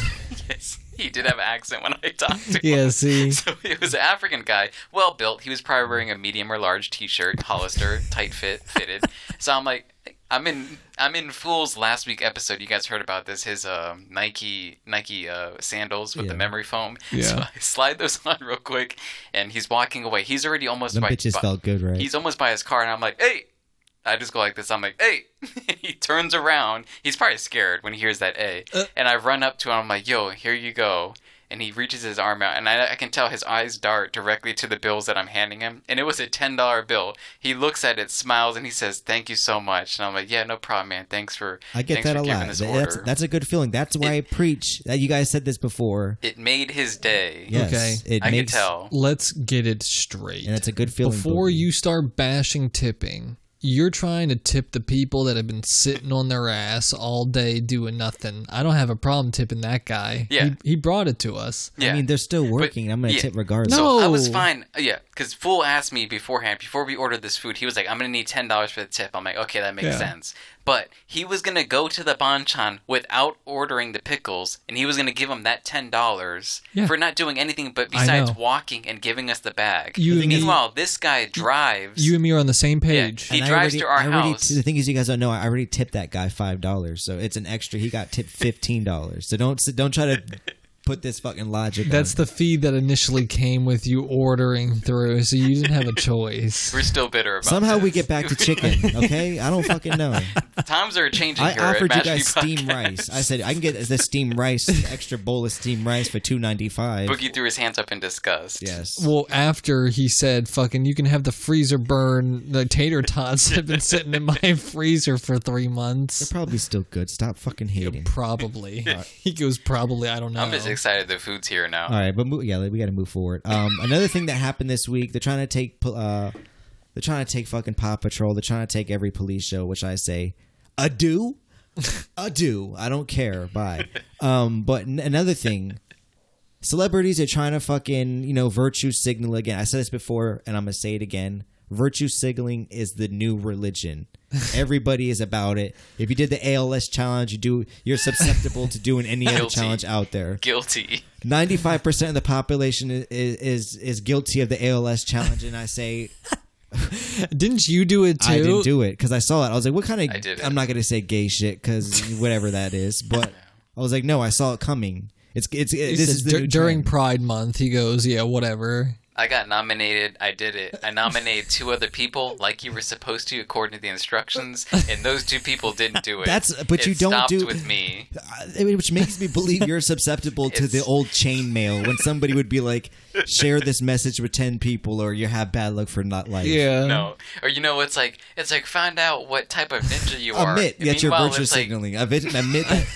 Yes, he did have an accent when I talked to him.
yeah, see,
(laughs) So it was an African guy, well built. He was probably wearing a medium or large T-shirt, Hollister, tight fit, fitted. So I'm like. I'm in I'm in Fool's last week episode. You guys heard about this? His uh, Nike Nike uh, sandals with the
Yeah.
memory foam. (laughs) So
Yeah.
I slide those (laughs) on real quick, and he's walking away. He's already almost
Them
by,
bitches
by-
felt good, right?
He's almost by his car, and I'm like, hey. I just go like this. I'm like, hey. (laughs) he turns around. He's probably scared when he hears that A.
Uh.
And I run up to him. I'm like, yo, here you go. And he reaches his arm out, and I, I can tell his eyes dart directly to the bills that I'm handing him. And it was a $10 bill. He looks at it, smiles, and he says, thank you so much. And I'm like, yeah, no problem, man. Thanks for
I get
thanks
that
for
a
giving
lot.
This
That's
order."
that's a good feeling. That's why I preach. That you guys said this before.
it made his day.
Yes,
Okay.
it
I can
makes,
tell.
let's get it straight.
and it's a good feeling.
Before
Boogie.
you start bashing tipping, you're trying to tip the people that have been sitting on their ass all day doing nothing. I don't have a problem tipping that guy.
Yeah.
He, he brought it to us.
Yeah.
I mean, they're still working. I'm gonna
yeah.
tip regardless.
No.
I was
Oh.
fine. Uh, Yeah, because Fool asked me beforehand, before we ordered this food, he was like, I'm going to need $10 for the tip. I'm like, okay, that makes
Yeah.
sense. But he was going to go to the banchan without ordering the pickles, and he was going to give him that $10
Yeah.
for not doing anything but
I
besides
know.
walking and giving us the bag.
You and me-
Meanwhile, this guy drives.
You and me are on the same page.
he
And I
drives
already-
to our
I already-
house.
The thing is, you guys don't know. I already tipped that guy five dollars, so it's an extra. He got tipped fifteen dollars. So don't don't try
(laughs)
to put this fucking logic.
That's the feed that initially came with you ordering through, so you didn't have a (laughs) choice.
We're still bitter about
on. somehow we
this.
get back to chicken. Okay, I don't fucking know.
(laughs) Times are changing
I
here. at
offered you
Mashpee
guys steam
Podcast.
rice. I said I can get the steam rice, the extra bowl of steam rice for two ninety five.
Boogie threw his hands up in disgust.
Yes.
Well, after he said, "Fucking, you can have the freezer burn." The tater tots have been sitting in
(laughs)
my freezer for three
They're
months.
probably still good. Stop fucking hating.
(laughs)
Probably. (laughs) he goes, "Probably." I don't know.
I'm just excited the food's here now.
All right, but mo- yeah, we got to move forward. Um, another thing that happened this week, they're trying to take, pol- uh, they're trying to take fucking Paw Patrol. They're trying to take every police show, which I say, ado, ado. I don't care. Bye. Um, but n- another thing, celebrities are trying to fucking you know virtue signal again. I said this before, and I'm gonna say it again. Virtue signaling is the new religion. Everybody is about it. If you did the ALS challenge, you do you're susceptible to doing any other
Guilty.
challenge out there.
Guilty.
95% of the population is, is is guilty of the ALS challenge and I say
Didn't you do it too?
I didn't do it cuz I saw it. I was like what kind of
I did it.
I'm not going to say gay shit cuz whatever that
(laughs)
is, but I was like no, I saw it coming. It's it's it,
He
this
said
is the
dur-
new
during
trend.
Pride Month. He goes, "Yeah, whatever."
I got nominated. I did it. I nominated two other people, like you were supposed to, according to the instructions, and those two people didn't do it.
That's- but
It
you don't
stopped
do-
with me.
I mean, which makes me believe
(laughs)
you're susceptible to the
It's-
old chainmail when somebody would be like, "Share this message with ten people, or you have bad luck for not life."
Yeah.
No, or you know, it's like it's like find out what type of ninja you are.
admit
And
that you're
meanwhile,
virtue
it's like,
signaling. Admit, admit
(laughs)
that.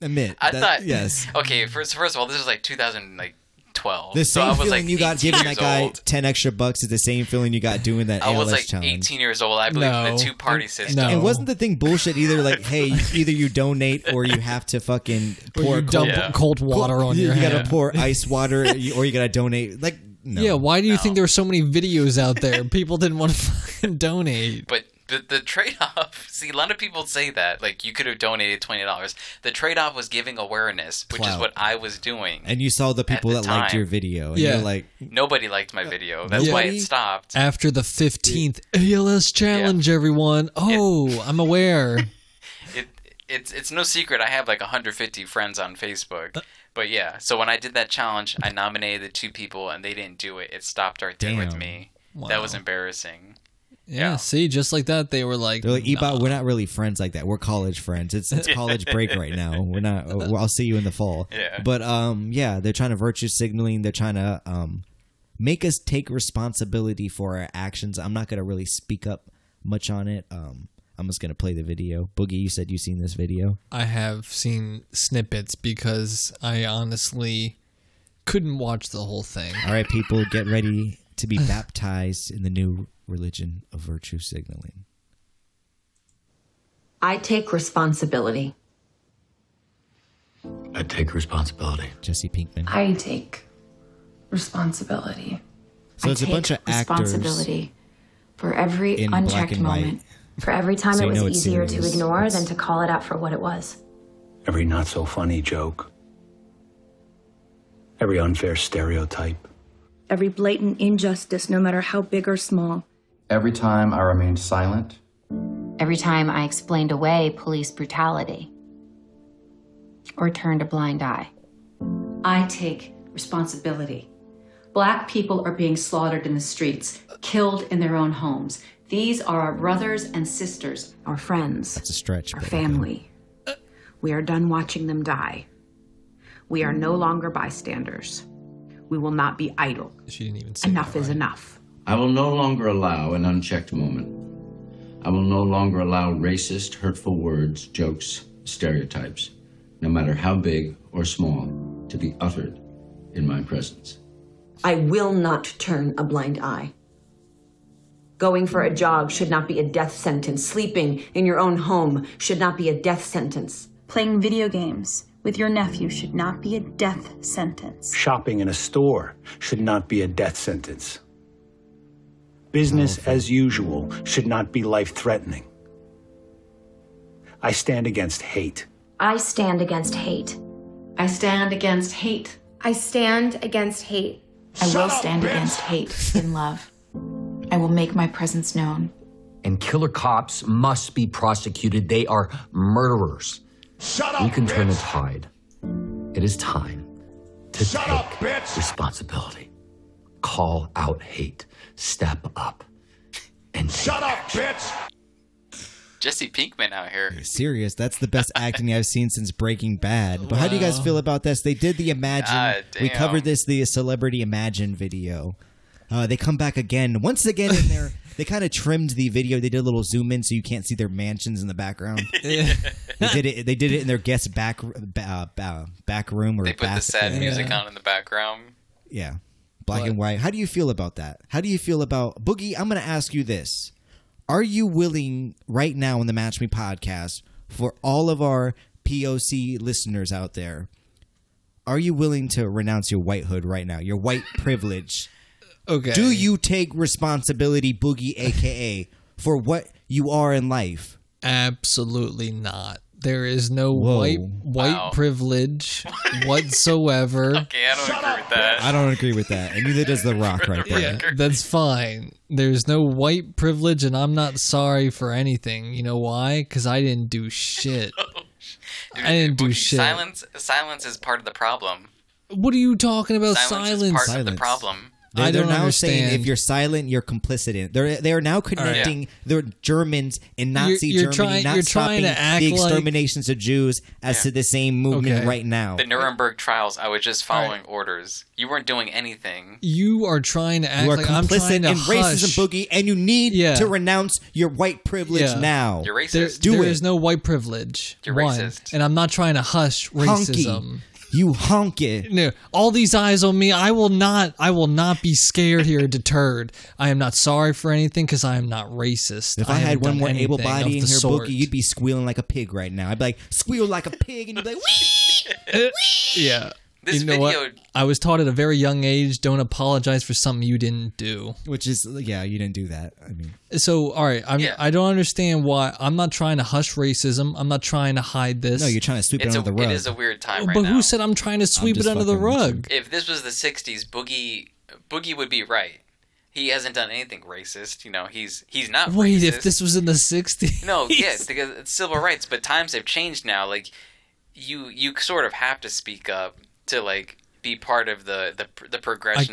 admit.
I
that-
thought
yes.
Okay, first first of all, this is like 2012.
The
so
same
I was
feeling
like
you got
18
giving
years
that guy
old.
ten extra bucks is the same feeling you got doing that
I
ALS
was like
challenge.
18 years old. I believe in
No.
the two party system.
No.
And wasn't the thing bullshit either?
(laughs)
Like, hey, either you donate or you have to fucking
Or
pour
you dump
Yeah.
cold water on
you,
your
you
hand.
gotta
(laughs)
pour ice water, or you, or you gotta donate. Like, no.
yeah, why do you
No.
think there were so many videos out
(laughs)
there? People didn't want to fucking donate.
But the, the trade off, (laughs) see, a lot of people say that. Like, you could have donated $20. The trade off was giving awareness, which is
Clout.
what I was doing.
and you saw the people
the
that liked
time.
your video, and
Yeah.
you're like,
Nobody liked my video. That's why
nobody-
it stopped.
After the 15th ALS challenge, everyone. Oh, I'm aware.
(laughs) It, it's, it's no secret. I have like 150 friends on
Uh.
Facebook. But yeah, so when I did that challenge, I nominated the two people and they didn't do it. It stopped right there with
Damn.
me.
Wow.
That was embarrassing.
Yeah,
Yeah.
see, just like that, they were like,
they're like,
"Nah."
Ebot, we're not really friends like that. We're college friends. It's it's college break right now. We're not. well, I'll see you in the fall.
Yeah.
But um, yeah, they're trying to virtue signaling. They're trying to um, make us take responsibility for our actions. I'm not gonna really speak up much on it. Um, I'm just gonna play the video. Boogie, you said you seen this video.
I have seen snippets because I honestly couldn't watch the whole thing.
All right, people, get ready
(sighs)
to be baptized in the new religion of virtue signaling.
I take responsibility.
I take responsibility.
Jesse Pinkman.
I take responsibility.
So it's a
take
bunch of actors.
responsibility for every
in black
unchecked
and white.
moment, for
(laughs)
every time
So you
it was
know it's
easier to
serious.
ignore
It's-
than to call it out for what it was.
Every not so funny joke. Every unfair stereotype.
every blatant injustice, no matter how big or small.
Every time I remained silent,
Every time I explained away police brutality or turned a blind eye.
I take responsibility. Black people are being slaughtered in the streets, killed in their own homes. These are our brothers and sisters,
Our friends,
It's a stretch.
our
but okay.
family. We are done watching them die. We are no longer bystanders. We will not be idle.
She didn't even say
Enough
that
is
right.
enough.
I will no longer allow an unchecked moment. I will no longer allow racist, hurtful words, jokes, stereotypes, no matter how big or small, to be uttered in my presence.
I will not turn a blind eye. Going for a jog should not be a death sentence. Sleeping in your own home should not be a death sentence.
Playing video games with your nephew should not be a death sentence.
Shopping in a store should not be a death sentence. Business as usual should not be life threatening. I stand against hate.
I stand against hate.
I stand against hate.
I stand against hate. I will stand against hate in love. I will make my presence known.
and killer cops must be prosecuted. They are murderers. Shut up. We can turn a tide. It is time to take responsibility. Call out hate. Step up. And shut up.
Jesse Pinkman out here.
serious. That's the best acting I've seen since Breaking Bad. But how do you guys feel about this? They did the Imagine.
Ah,
we
damn.
covered this the Celebrity Imagine video. Uh, they come back again, once again in
(laughs)
there. They kind of trimmed the video. They did a little zoom in so you can't see their mansions in the
(laughs)
background. they did it. They did it in their guest back ba- uh, back room or
They put the
bath-
sad
uh,
music on in the background.
yeah, black
But-
and white. How do you feel about that? How do you feel about Boogie? I'm going to ask you this: Are you willing right now in the Match Me podcast for all of our POC listeners out there? Are you willing to renounce your whitehood right now, your (laughs) white privilege?
Okay.
Do you take responsibility, Boogie, aka, for what you are in life?
Absolutely not. There is no
Whoa.
white white
Wow. (laughs)
privilege whatsoever.
Okay, I don't agree with that.
I don't agree with that, and neither does The Rock right there.
Yeah, that's fine. There's no white privilege, and I'm not sorry for anything. You know why? Because I didn't
(laughs)
do shit. I didn't do
Boogie,
shit.
Silence, silence is part of the problem.
What are you talking about?
Silence is
Silence.
part of the Silence. problem.
They're,
I
they're
don't
now
understand.
saying if you're silent, you're complicit in. They're they are now connecting the Germans in
You're-
Nazi
you're
Germany,
trying-
not
you're
stopping
trying to act
the
like-
exterminations of Jews, as to the same movement
Okay.
right now.
The Nuremberg trials, I was just following orders. You weren't doing anything.
you are trying to act
You are
like I'm
complicit
trying
in
to hush.
racism, Boogie, and you need
Yeah.
to renounce your white privilege
Yeah.
now.
You're racist.
There,
Do
there
it.
is no white privilege.
You're
one,
racist.
and I'm not trying to hush
Honky.
racism.
You honky.
No, all these eyes on me. I will not. I will not be scared here, (laughs) deterred. I am not sorry for anything because I am not racist.
If I, had
haven't
one
done
more
anything
able
of
body in
the
here,
sort.
Boogie, you'd be squealing like a pig right now. I'd be like, squeal like a pig, and you'd be like, wee!
yeah.
This
you know what?
video-
I was taught at a very young age: don't apologize for something you didn't do.
Which is, yeah, you didn't do that. I mean,
So, all right, I'm, I don't understand why. I'm not trying to hush racism. I'm not trying to hide this.
no, you're trying to sweep
It's
it
a,
under the rug.
it is a weird time right
but
now.
who said I'm trying to sweep it
just
under the
fucking with you.
rug?
if this was the 60s boogie boogie would be right he hasn't done anything racist you know he's he's
(laughs)
not
Wait,
racist.
if this was in the '60s, (laughs)
(laughs) no yeah because it's civil rights but times have changed now like you you sort of have to speak up to like be part of the the, the progression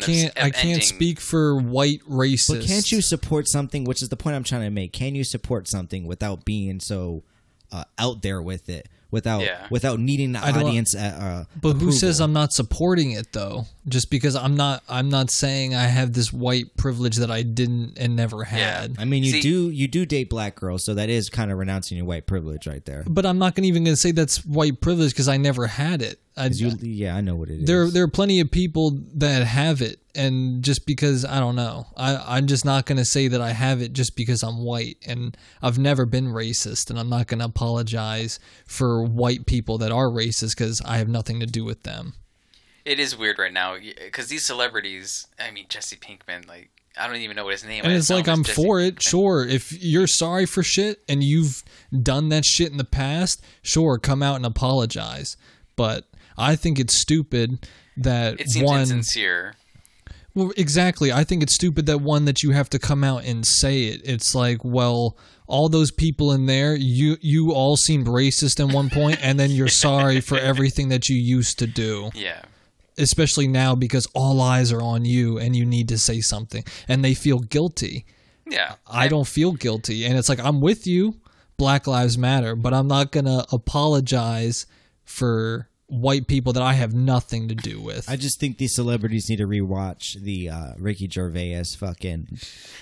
I
of-
can't.
of,
I can't
ending.
speak for white racists.
But can't you support something, which is the point I'm trying to make? Can you support something without being so uh, out there with it, without
Yeah.
without needing the
I don't-
audience? Uh, uh,
But who
approval?
says I'm not supporting it though? Just because I'm not, I'm not saying I have this white privilege that I didn't and never had.
I mean, you
See-
do you do date black girls, so that is kind of renouncing your white privilege right there.
But I'm not gonna even gonna say that's white privilege because I never had it. I,
'Cause you- yeah, I know what it is.
there, there are plenty of people that have it, and just because I don't know, I, I'm just not gonna say that I have it just because I'm white, and I've never been racist, and I'm not gonna apologize for white people that are racist because I have nothing to do with them.
it is weird right now because these celebrities i mean jesse pinkman like i don't even know what his name
And
is
it's like
Someone's
I'm
Jesse
for it,
Pinkman.
sure. If you're sorry for shit and you've done that shit in the past, sure, come out and apologize. But I think it's stupid that
it seems
one
insincere
well, exactly. I think it's stupid that one that you have to come out and say it. It's like, well, all those people in there, you you all seemed racist at one point and then you're sorry for everything that you used to do
yeah
especially now because all eyes are on you and you need to say something and they feel guilty.
yeah
I don't feel guilty. And it's like, I'm with you, Black Lives Matter, but I'm not going to apologize for white people that I have nothing to do with.
I just think these celebrities need to rewatch the uh, Ricky Gervais fucking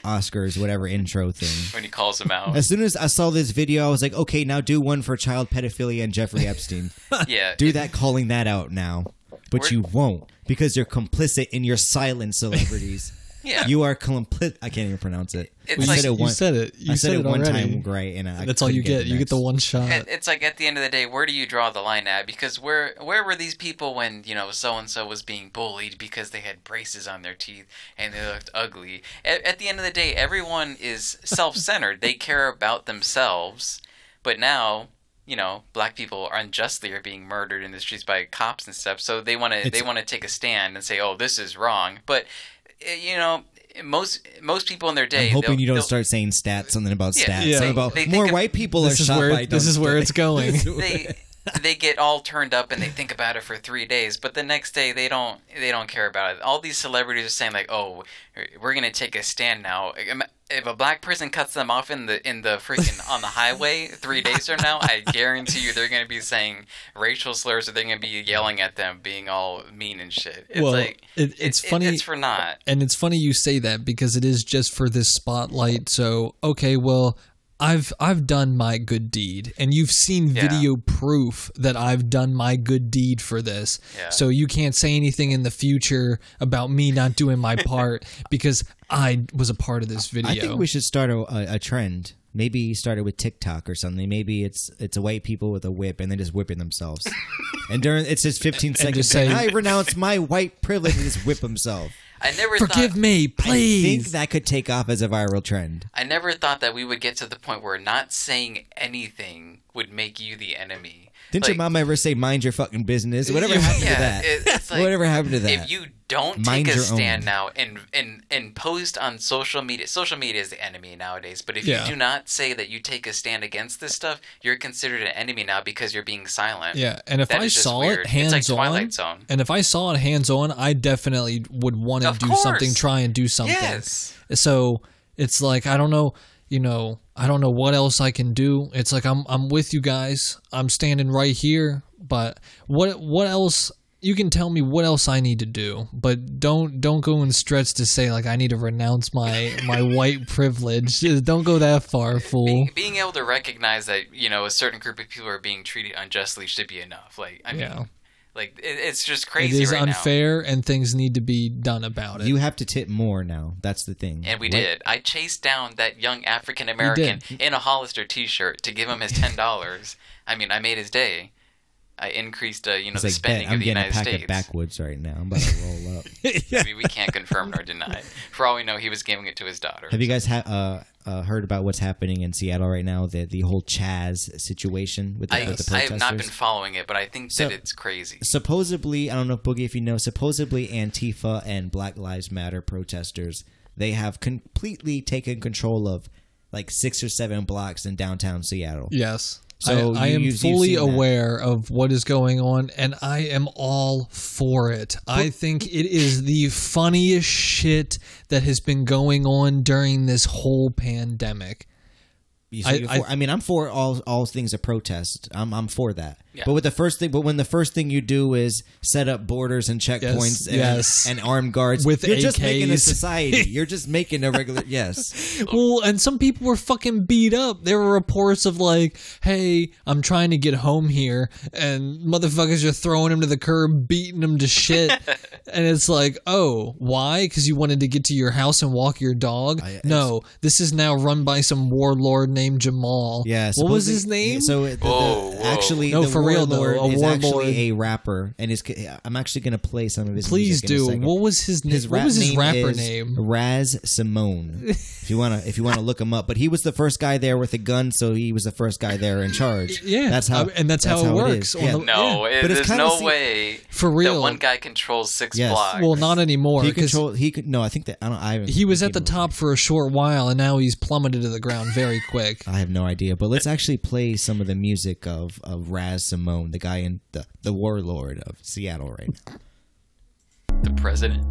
Oscars whatever intro thing.
when he calls
(laughs)
him out
As soon as I saw this video, I was like, okay, now do one for child pedophilia and Jeffrey Epstein.
yeah
do
it-
that calling that out now but
We're-
you won't because you're complicit in your silent celebrities
(laughs) Yeah.
you are complicit i can't even pronounce it
It's
I
like-
said it
You
one,
said it. You
i said,
said it
it one
already.
time gray and I
That's all
couldn't
you get. you get the
next.
one shot.
It- it's like at the end of the day, where do you draw the line at? Because where where were these people when you know so and so was being bullied because they had braces on their teeth and they looked ugly? At, at the end of the day, everyone is self centered. they care about themselves. But now, you know, black people are unjustly are being murdered in the streets by cops and stuff. So they want to they want to take a stand and say, oh, this is wrong. But eh, you know. Most most people in their day.
i'm hoping
they'll-
you don't
they'll-
start saying stats something about
Yeah,
stats
Yeah.
something
they-
about
they think
more
of-
white people
this
are
is
shot
where
by
this is where
dumpster-
it's going. (laughs)
they they get all turned up and they think about it for three days, but the next day they don't they don't care about it. All these celebrities are saying like, "Oh, we're gonna take a stand now." If a black person cuts them off in the in the
(laughs)
freaking on the highway three days from now, I guarantee you they're gonna be saying racial slurs or they're gonna be yelling at them, being all mean and shit. It's
Well,
like
it- it's funny-
it's for not.
And it's funny you say that because it is just for this spotlight. So okay, well, I've I've done my good deed, and you've seen
Yeah.
video proof that I've done my good deed for this.
Yeah.
So you can't say anything in the future about me not doing my
(laughs)
part because I was a part of this video.
i think we should start a, a, a trend maybe start it with tiktok or something maybe it's it's a white people with a whip and they're just whipping
(laughs)
themselves and during it's just 15 seconds
just say-
saying, i renounce my white privilege and just whip himself
I never
Forgive
thought,
me,
I think
please.
that could take off as a viral trend.
I never thought that we would get to the point where not saying anything would make you the enemy.
Didn't
Like,
your mom ever say, mind your fucking business? Whatever
Yeah,
happened
yeah,
to that?
it-
(laughs)
(laughs)
it's, It's like
Whatever happened to that?
If you don't
Mind
take a
your own.
stand now and and and post on social media, social media is the enemy nowadays. But if
Yeah.
you do not say that you take a stand against this stuff, you're considered an enemy now because you're being silent.
Yeah, and if
That
I
is just
saw
weird.
it hands
it's like Twilight
on,
Zone.
and if I saw it hands on, I definitely would want to
Of
do something,
course.
try and do something.
Yes.
So it's like I don't know, you know, I don't know what else I can do. It's like I'm I'm with you guys. I'm standing right here, but what what else? You can tell me what else I need to do, but don't don't go and stretch to say like I need to renounce my
(laughs)
my white privilege. Don't go that far, fool.
Being able to recognize that you know a certain group of people are being treated unjustly should be enough. Like I mean,
Yeah.
like it, it's just crazy
it is
right now.
unfair, and things need to be done about it.
You have to tip more now. That's the thing.
And we
What-
did. I chased down that young African American in a Hollister T-shirt to give him his ten dollars. I mean, I made his day. I increased, uh, you know,
It's
the
like, bet
spending
I'm
of the
getting a
United
pack
States.
of backwoods right now. I'm about to roll
(laughs)
up.
I
(laughs)
mean, we can't confirm nor deny. For all we know, he was giving it to his daughter.
Have you guys ha- uh, uh, heard about what's happening in Seattle right now? The the whole Chaz situation with the,
I,
with the
I
protesters.
have not been following it, but I think
So-
that it's crazy.
Supposedly, I don't know, Boogie, if you know, supposedly Antifa and Black Lives Matter protesters they have completely taken control of like six or seven blocks in downtown Seattle.
Yes.
So
I, I
you-
am
you've- you've
fully
seen that.
aware of what is going on, and I am all for it. I think it is the funniest shit that has been going on during this whole pandemic.
You see, I, I, mean, I'm for all all things a protest. I'm I'm for that.
Yeah.
But with the first thing, but when the first thing you do is set up borders and checkpoints and,
yes.
and armed guards,
With
you're just making a
AKs. (laughs)
society. you're just making a regular yes.
Well, and some people were fucking beat up. There were reports of like, "Hey, I'm trying to get home here," and motherfuckers are throwing him to the curb, beating him to
(laughs)
shit. and it's like, "Oh, why? Because you wanted to get to your house and walk your dog?" no, this is now run by some warlord named Jamal.
Yeah,
what was
supposedly-
his name?
So the, the- actually,
no,
the
for real though,
warlord
a
is
warlord.
actually a rapper, and is I'm actually going to play some of his.
Please
music in a
do.
second.
What was his name?
His
What
rap
was his
name
rapper
is
name?
Raz Simone. If you wanna, if you wanna look him up, but he was the first guy there with a gun, so he was the first guy there in charge.
(laughs) Yeah,
that's how,
I mean, and that's how it works
is.
on
Yeah.
the-
No,
Yeah.
it-
But it's
there's
kinda
no
se-
way
For real.
that one guy controls six
Yes.
blocks.
Well, not anymore.
he
'cause-
controlled. He could. No, I think that I don't. I haven't.
He was at the top for a short while, and now he's plummeted to the ground very quick.
(laughs) I have no idea, but let's actually play some of the music of of Raz Simone, the guy in the the warlord of Seattle right now.
The president.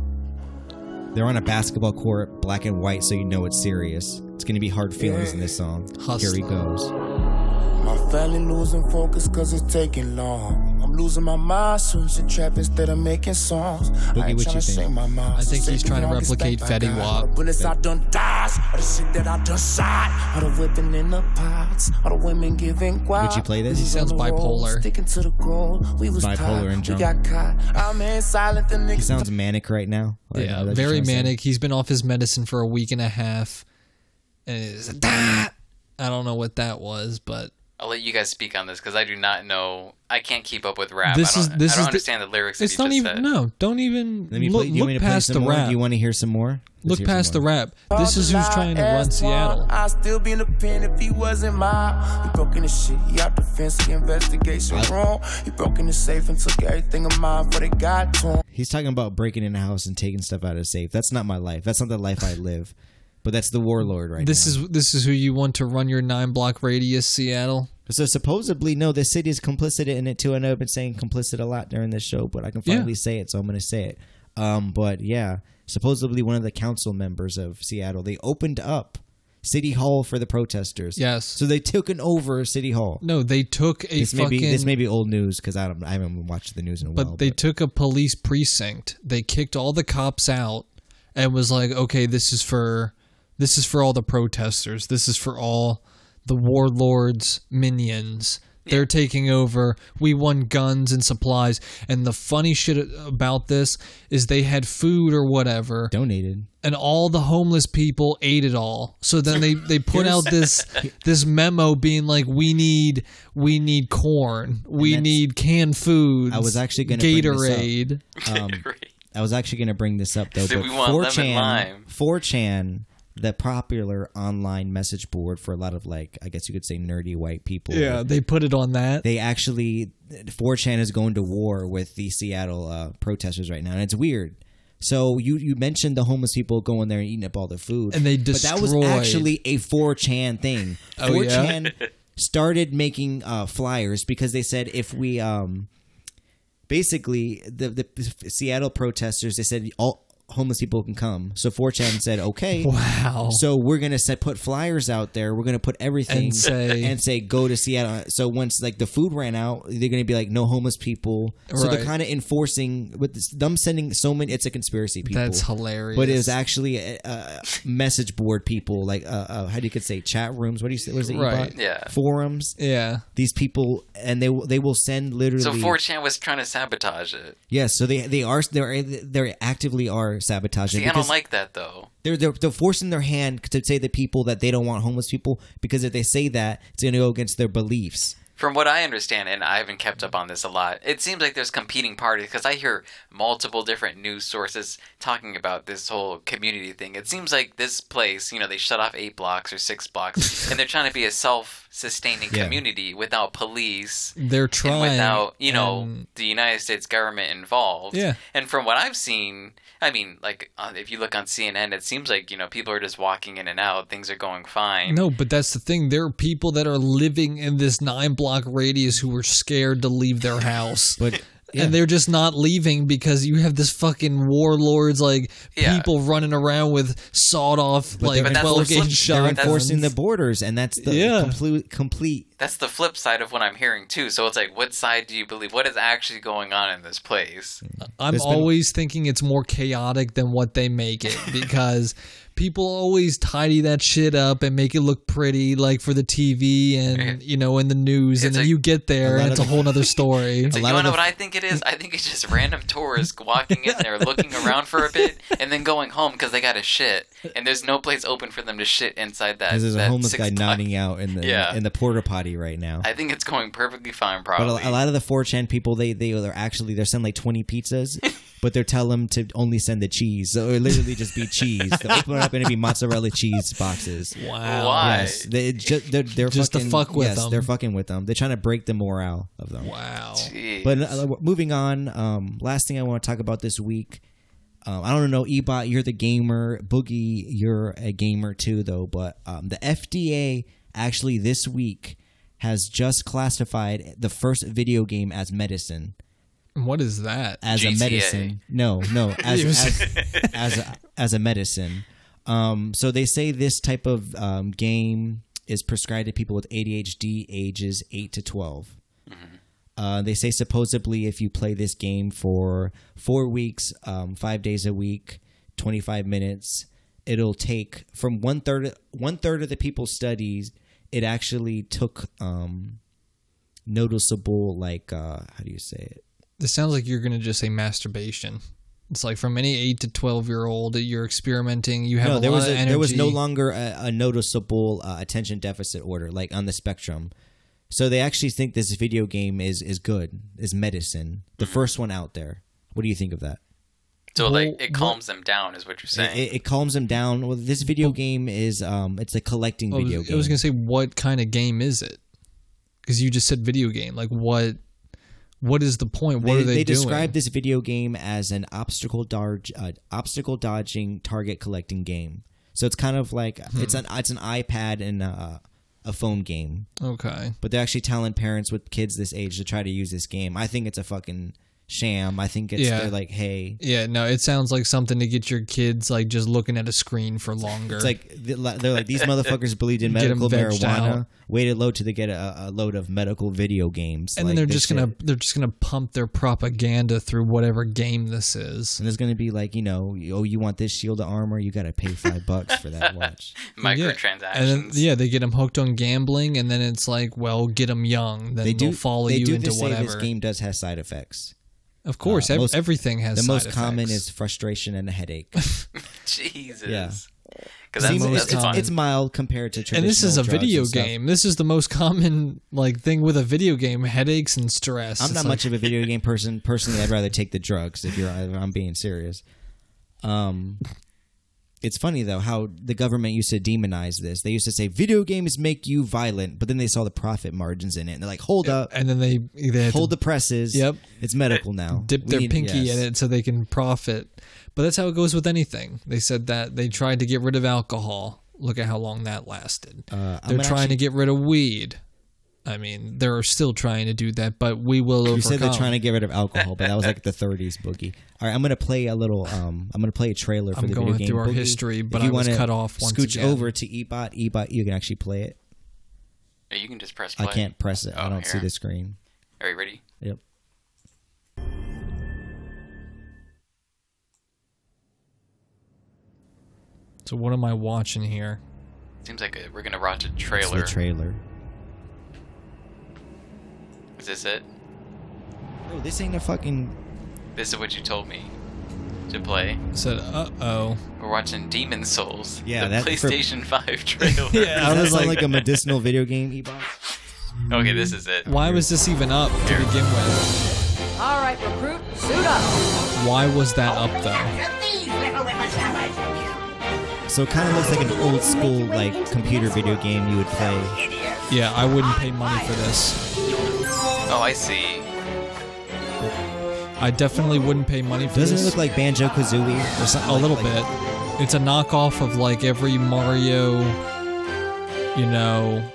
They're on a basketball court, black and white, so you know it's serious. It's gonna be hard feelings in this song. Here he goes.
My family losing focus cause it's taking long. I'm losing my mind, so it's a trap instead of making songs. I
Boogie,
ain't
what
tryna
you
sing
think?
my mind.
I think
so
he's
save
trying
the
to
longest
replicate
thank my
Fetty
God.
Wap.
The bullets I done dodged, all the shit that I done shot, all the whipping in the pots, all the women giving guap.
Would you play this?
He sounds
bipolar.
Sticking to the goal, we was
Bipolar
caught,
and
we
drunk.
got caught. I'm in silent, the
He
niggas
sounds manic right now. Like,
yeah,
that's what
very
I'm saying.
manic. He's been off his medicine for a week and a half, and it's I don't know what that was, but
I'll let you guys speak on this because I do not know. I can't keep up with rap.
This
I
is-
don't,
this
I don't
is the-
understand the, lyrics.
it's
that you
not
just
even.
Said.
No, don't even
Let me
look,
play. Do you want
look
me to play
past
some
the
more?
rap.
Do you want to hear some more? Let's
look
hear some
past
more.
the rap. This is who's trying to run Seattle.
I still be independent if he wasn't mine. He broke in the shit, he out the fence, he investigation wrong. He broke in the safe and took everything of mine, but it got to him.
He's talking about breaking in a house and taking stuff out of safe. That's not my life. That's not the life I live. But that's the warlord right
This
now.
is this is who you want to run your nine block radius, Seattle.
so supposedly no, the city is complicit in it too. I know I've been saying complicit a lot during this show, but I can
Yeah.
finally say it, so I'm going to say it. Um, but yeah, supposedly one of the council members of Seattle they opened up City Hall for the protesters.
Yes.
so they took an over City Hall.
No, they took a
This may
fucking.
be this may be old news because I don't I haven't watched the news in a
but
while.
they took a police precinct they kicked all the cops out and was like okay this is for this is for all the protesters this is for all the warlords minions they're taking over we won guns and supplies and the funny shit about this is they had food or whatever (laughs)
donated
and all the homeless people ate it all. So then they they put
(laughs)
out this this memo being like, we need we need corn, we
that's-
need canned foods.
I was actually going to
Gatorade.
Bring this up. Um, I was actually going to bring this up though.
So
but
we want lemon
4chan,
lime.
4chan the popular online message board for a lot of like I guess you could say nerdy white people.
Yeah, they put it on that.
They actually 4chan is going to war with the Seattle uh, protesters right now, and it's weird. So you you mentioned the homeless people going there and eating up all their food,
And they
But that was
destroyed-
actually a 4chan thing.
(laughs) Oh, yeah?
4chan started making uh, flyers because they said if we um basically the the Seattle protesters they said all homeless people can come. So 4chan said okay.
(laughs) Wow.
So we're gonna set, put flyers out there. We're gonna put everything
And
(laughs)
say-
and say go to Seattle. So once like the food ran out, they're gonna be like no homeless people. So they're
Right.
kind of enforcing with this, them sending so many. It's a conspiracy people.
That's hilarious.
But it was actually a, a message board people like uh, uh, how do you could say chat rooms? What do you say? What is it?
Right.
Ebot?
Yeah.
Forums.
Yeah.
These people and they will- they will send literally.
So 4chan was trying to sabotage it.
Yes, so they they are they're they actively are sabotaging.
See, I don't
because
like that though.
They're, they're they're forcing their hand to say the people that they don't want homeless people because if they say that it's going to go against their beliefs.
From what I understand, and I haven't kept up on this a lot, it seems like there's competing parties because I hear multiple different news sources talking about this whole community thing. It seems like this place, you know, they shut off eight blocks or six blocks, and they're trying to be a self-sustaining
Yeah.
community without police.
They're trying.
and without you know
and-
the United States government involved.
Yeah.
And from what I've seen, I mean, like uh, if you look on CNN, it seems like you know people are just walking in and out. Things are going fine.
No, but that's the thing. There are people that are living in this nine block radius who are scared to leave their house.
(laughs)
but
yeah.
And they're just not leaving because you have this fucking warlords like
Yeah.
people running around with sawed off like twelve gauge
They're
shotguns.
enforcing the borders, and that's the
Yeah.
complete complete.
That's the flip side of what I'm hearing too. So it's like, what side do you believe? What is actually going on in this place?
Mm.
I'm
There's been-
always thinking it's more chaotic than what they make it because people always tidy that shit up and make it look pretty, like for the TV and you know in the news, and then you get there
lot
and it's a
of-
whole other story.
So you wanna know what I think it is? I think
(laughs)
it's just random tourists walking in there, looking around for a bit, and then going home because they got to shit, and there's no place open for them to shit inside that.
Because there's a
that
homeless
six
guy nodding out in the
Yeah.
in the porta potty right now.
I think it's going perfectly fine,
But
probably.
a, a lot of the 4chan people, they they are actually they're sending like 20 pizzas, but they're telling them to only send the cheese. So it would literally just be cheese. They'll open it up and it'd be mozzarella cheese boxes.
Wow. Why?
Yes, they just they're, they're
Just to
fucking,
fuck with
yes,
them.
They're fucking with them. They're trying to break the morale of them. Wow.
Jeez.
But uh, moving on. Um, last thing I want to talk about this week. Um, I don't know, Ebot, you're the gamer. Boogie, you're a gamer too, though. But um, the FDA actually this week has just classified the first video game as medicine.
What is that?
As a medicine. No, no, as
It was-
as, as, a, as a medicine. Um, so they say this type of um, game is prescribed to people with ADHD ages 8 to 12. Uh, they say supposedly if you play this game for four weeks, um, five days a week, 25 minutes, it'll take from one third one third of the people studies. It actually took um, noticeable like uh, how do you say it?
This sounds like you're gonna just say masturbation. It's like from any eight to twelve year old, you're experimenting. You have
no,
a
there
lot
was
of
a,
energy.
there was no longer a, a noticeable uh, attention deficit order like on the spectrum. So they actually think this video game is is good, is medicine, the
Mm-hmm.
first one out there. What do you think of that?
so like it calms them down, is what you're saying.
It, it calms them down. Well, this video game is um, it's a collecting
I was,
video
I
game.
was gonna say, what kind of game is it? Because you just said video game. Like what? What is the point? What
they,
are they, doing?
describe this video game as an obstacle dodge, uh, obstacle dodging, target collecting game. So it's kind of like
Hmm.
it's an it's an iPad and a, a phone game.
Okay.
But they're actually telling parents with kids this age to try to use this game. I think it's a fucking sham. I think it's
Yeah.
they're like, hey,
Yeah, no, it sounds like something to get your kids like just looking at a screen for longer.
It's like they're like these motherfuckers believed in
(laughs) Get 'em
medical
vegged
marijuana,
out.
waited low to get a, a load of medical video games,
and
Like,
then they're
this
just
shit.
gonna they're just gonna pump their propaganda through whatever game this is.
And there's gonna be like you know, oh, you want this shield of armor? You gotta pay five bucks for
(laughs)
that watch.
Microtransactions.
And then, yeah, they get them hooked on gambling, and then it's like, well, get them young. Then
they do
will follow
they
you
do
into
say
whatever.
This game does have side effects.
Of course, ev- everything has
The
side
most common
effects.
is frustration and a
(laughs)
headache.
Jesus.
yeah,
'Cause that's-
Seems-
that's
it's, it's,
fun.
it's mild compared to
and
traditional.
this is a
drugs and
video
stuff.
game. This is the most (laughs) common like thing with a video game: headaches and stress.
I'm
It's
not
like-
much of a video game
(laughs)
person. Personally, I'd rather take the drugs. If you're, if I'm being serious. Um, It's funny though how the government used to demonize this. They used to say video games make you violent, but then they saw the profit margins in it, and they're like, "Hold up!"
And then they, they had
hold
to
the presses.
Yep.
it's medical now.
dip
We
their
need-
pinky
yes.
in it so they can profit. But that's how it goes with anything. They said that they tried to get rid of alcohol. Look at how long that lasted.
Uh, I'm
They're
gonna
trying
actually-
to get rid of weed. I mean, they're still trying to do that, but we will
You
overcome.
said they're trying to get rid of alcohol, but that was
(laughs)
like the 30s boogie. All right, I'm gonna play a little. Um, I'm gonna play a trailer for
I'm
the
going
video game.
through our
boogie.
history,
If
but
you
I was
wanna
cut off once
scooch
again.
over to Ebot. Ebot, you can actually play it.
Yeah, You can just press
I
play.
can't press it. I
Oh,
don't see
here.
the screen.
Are you ready?
Yep.
So what am I watching here?
Seems like a, we're gonna watch a
It's
trailer.
the trailer.
is this it?
Bro, this ain't a fucking.
This is what you told me to play.
Said, uh oh.
We're watching Demon Souls.
Yeah,
the
that- for-
PlayStation
(laughs)
Five (laughs) trailer.
(laughs) I was on like a medicinal video game. Ebot.
(laughs) okay, this is it.
Why was this even up to begin with?
All right, recruit, suit up.
Why was that up though?
So it kind of looks like an old school like computer video game you would play.
Yeah, I wouldn't pay money for this.
Oh, I see.
I definitely wouldn't pay money for
Doesn't it
this.
look like Banjo Kazooie or something?
a
like-
little
like-
bit. It's a knockoff of like every Mario, you know,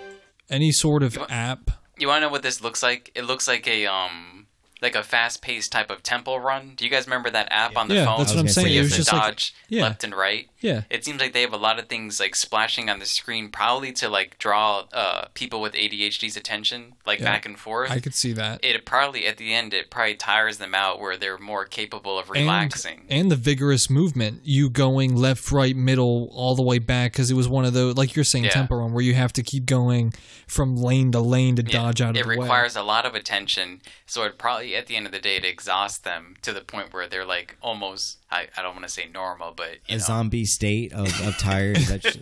any sort of app.
You want to know what this looks like? It looks like a um, like a fast-paced type of temple run. Do you guys remember that app on the
Yeah,
phone?
that's what I'm
where
saying.
You
It
have
was
to
just like-
dodge
yeah.
left and right.
Yeah.
It seems like they have a lot of things like splashing on the screen, probably to like draw uh, people with ADHD's attention, like
Yeah.
back and forth.
I could see that.
It probably at the end it probably tires them out where they're more capable of
And-
relaxing.
And, the vigorous movement, you going left, right, middle, all the way back, because it was one of those, like you're saying,
Yeah.
tempo run, where you have to keep going from lane to lane to dodge out of
it
the way.
requires a lot of attention so it probably at the end of the day it exhausts them to the point where they're like almost i, I don't want to say normal but
a zombie state of, of tired. That's-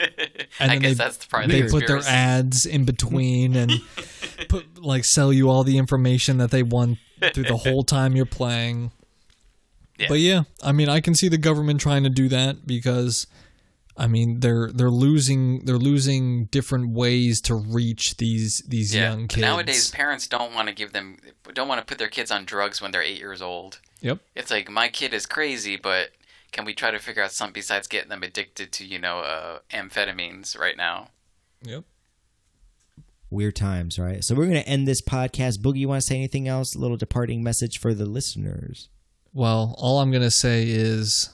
i guess that's probably
they
the
put their
conspiracy.
ads in between
(laughs)
and put like sell you all the information that they want through the whole time you're playing.
Yeah.
But yeah, I mean, I can see the government trying to do that because, I mean, they're they're losing they're losing different ways to reach these these
yeah.
young
but
kids.
nowadays parents don't want to give them don't want to put their kids on drugs when they're eight years old
Yep.
it's like my kid is crazy but can we try to figure out something besides getting them addicted to you know uh, amphetamines right now
Yep.
Weird times, right? So we're gonna end this podcast. Boogie, you want to say anything else? A little departing message for the listeners.
Well, all I'm gonna say is,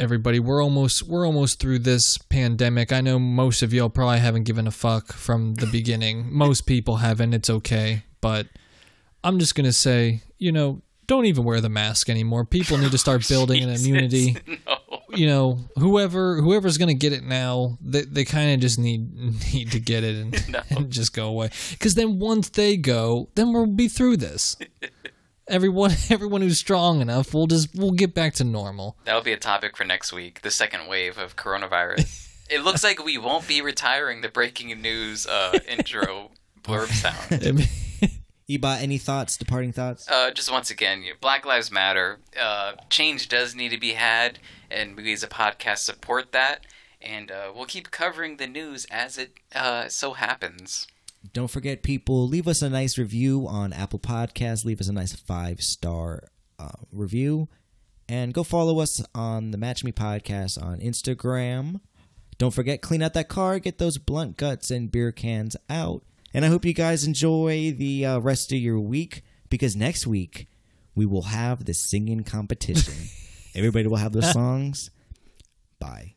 everybody, we're almost we're almost through this pandemic. I know most of y'all probably haven't given a fuck from the beginning. most people haven't. It's okay, but I'm just gonna say, you know, don't even wear the mask anymore. People need to start building an immunity. You know, whoever whoever's gonna get it now, they they kind of just need need to get it and, and just go away. Because then once they go, then we'll be through this. Everyone, (laughs) everyone who's strong enough, we'll just we'll get back to normal.
That'll be a topic for next week, the second wave of coronavirus. it looks like we won't be retiring the breaking news uh, intro blurb sound.
Ebot, any thoughts? Departing thoughts?
Uh, just once again, you- Black Lives Matter. Uh, change does need to be had, and we as a podcast support that. And uh, we'll keep covering the news as it uh, so happens.
Don't forget, people, leave us a nice review on Apple Podcasts. Leave us a nice five star uh, review. And go follow us on the Match Me Podcast on Instagram. Don't forget, clean out that car, get those blunt guts and beer cans out. And I hope you guys enjoy the uh, rest of your week because next week we will have the singing competition. Everybody will have their songs. Bye.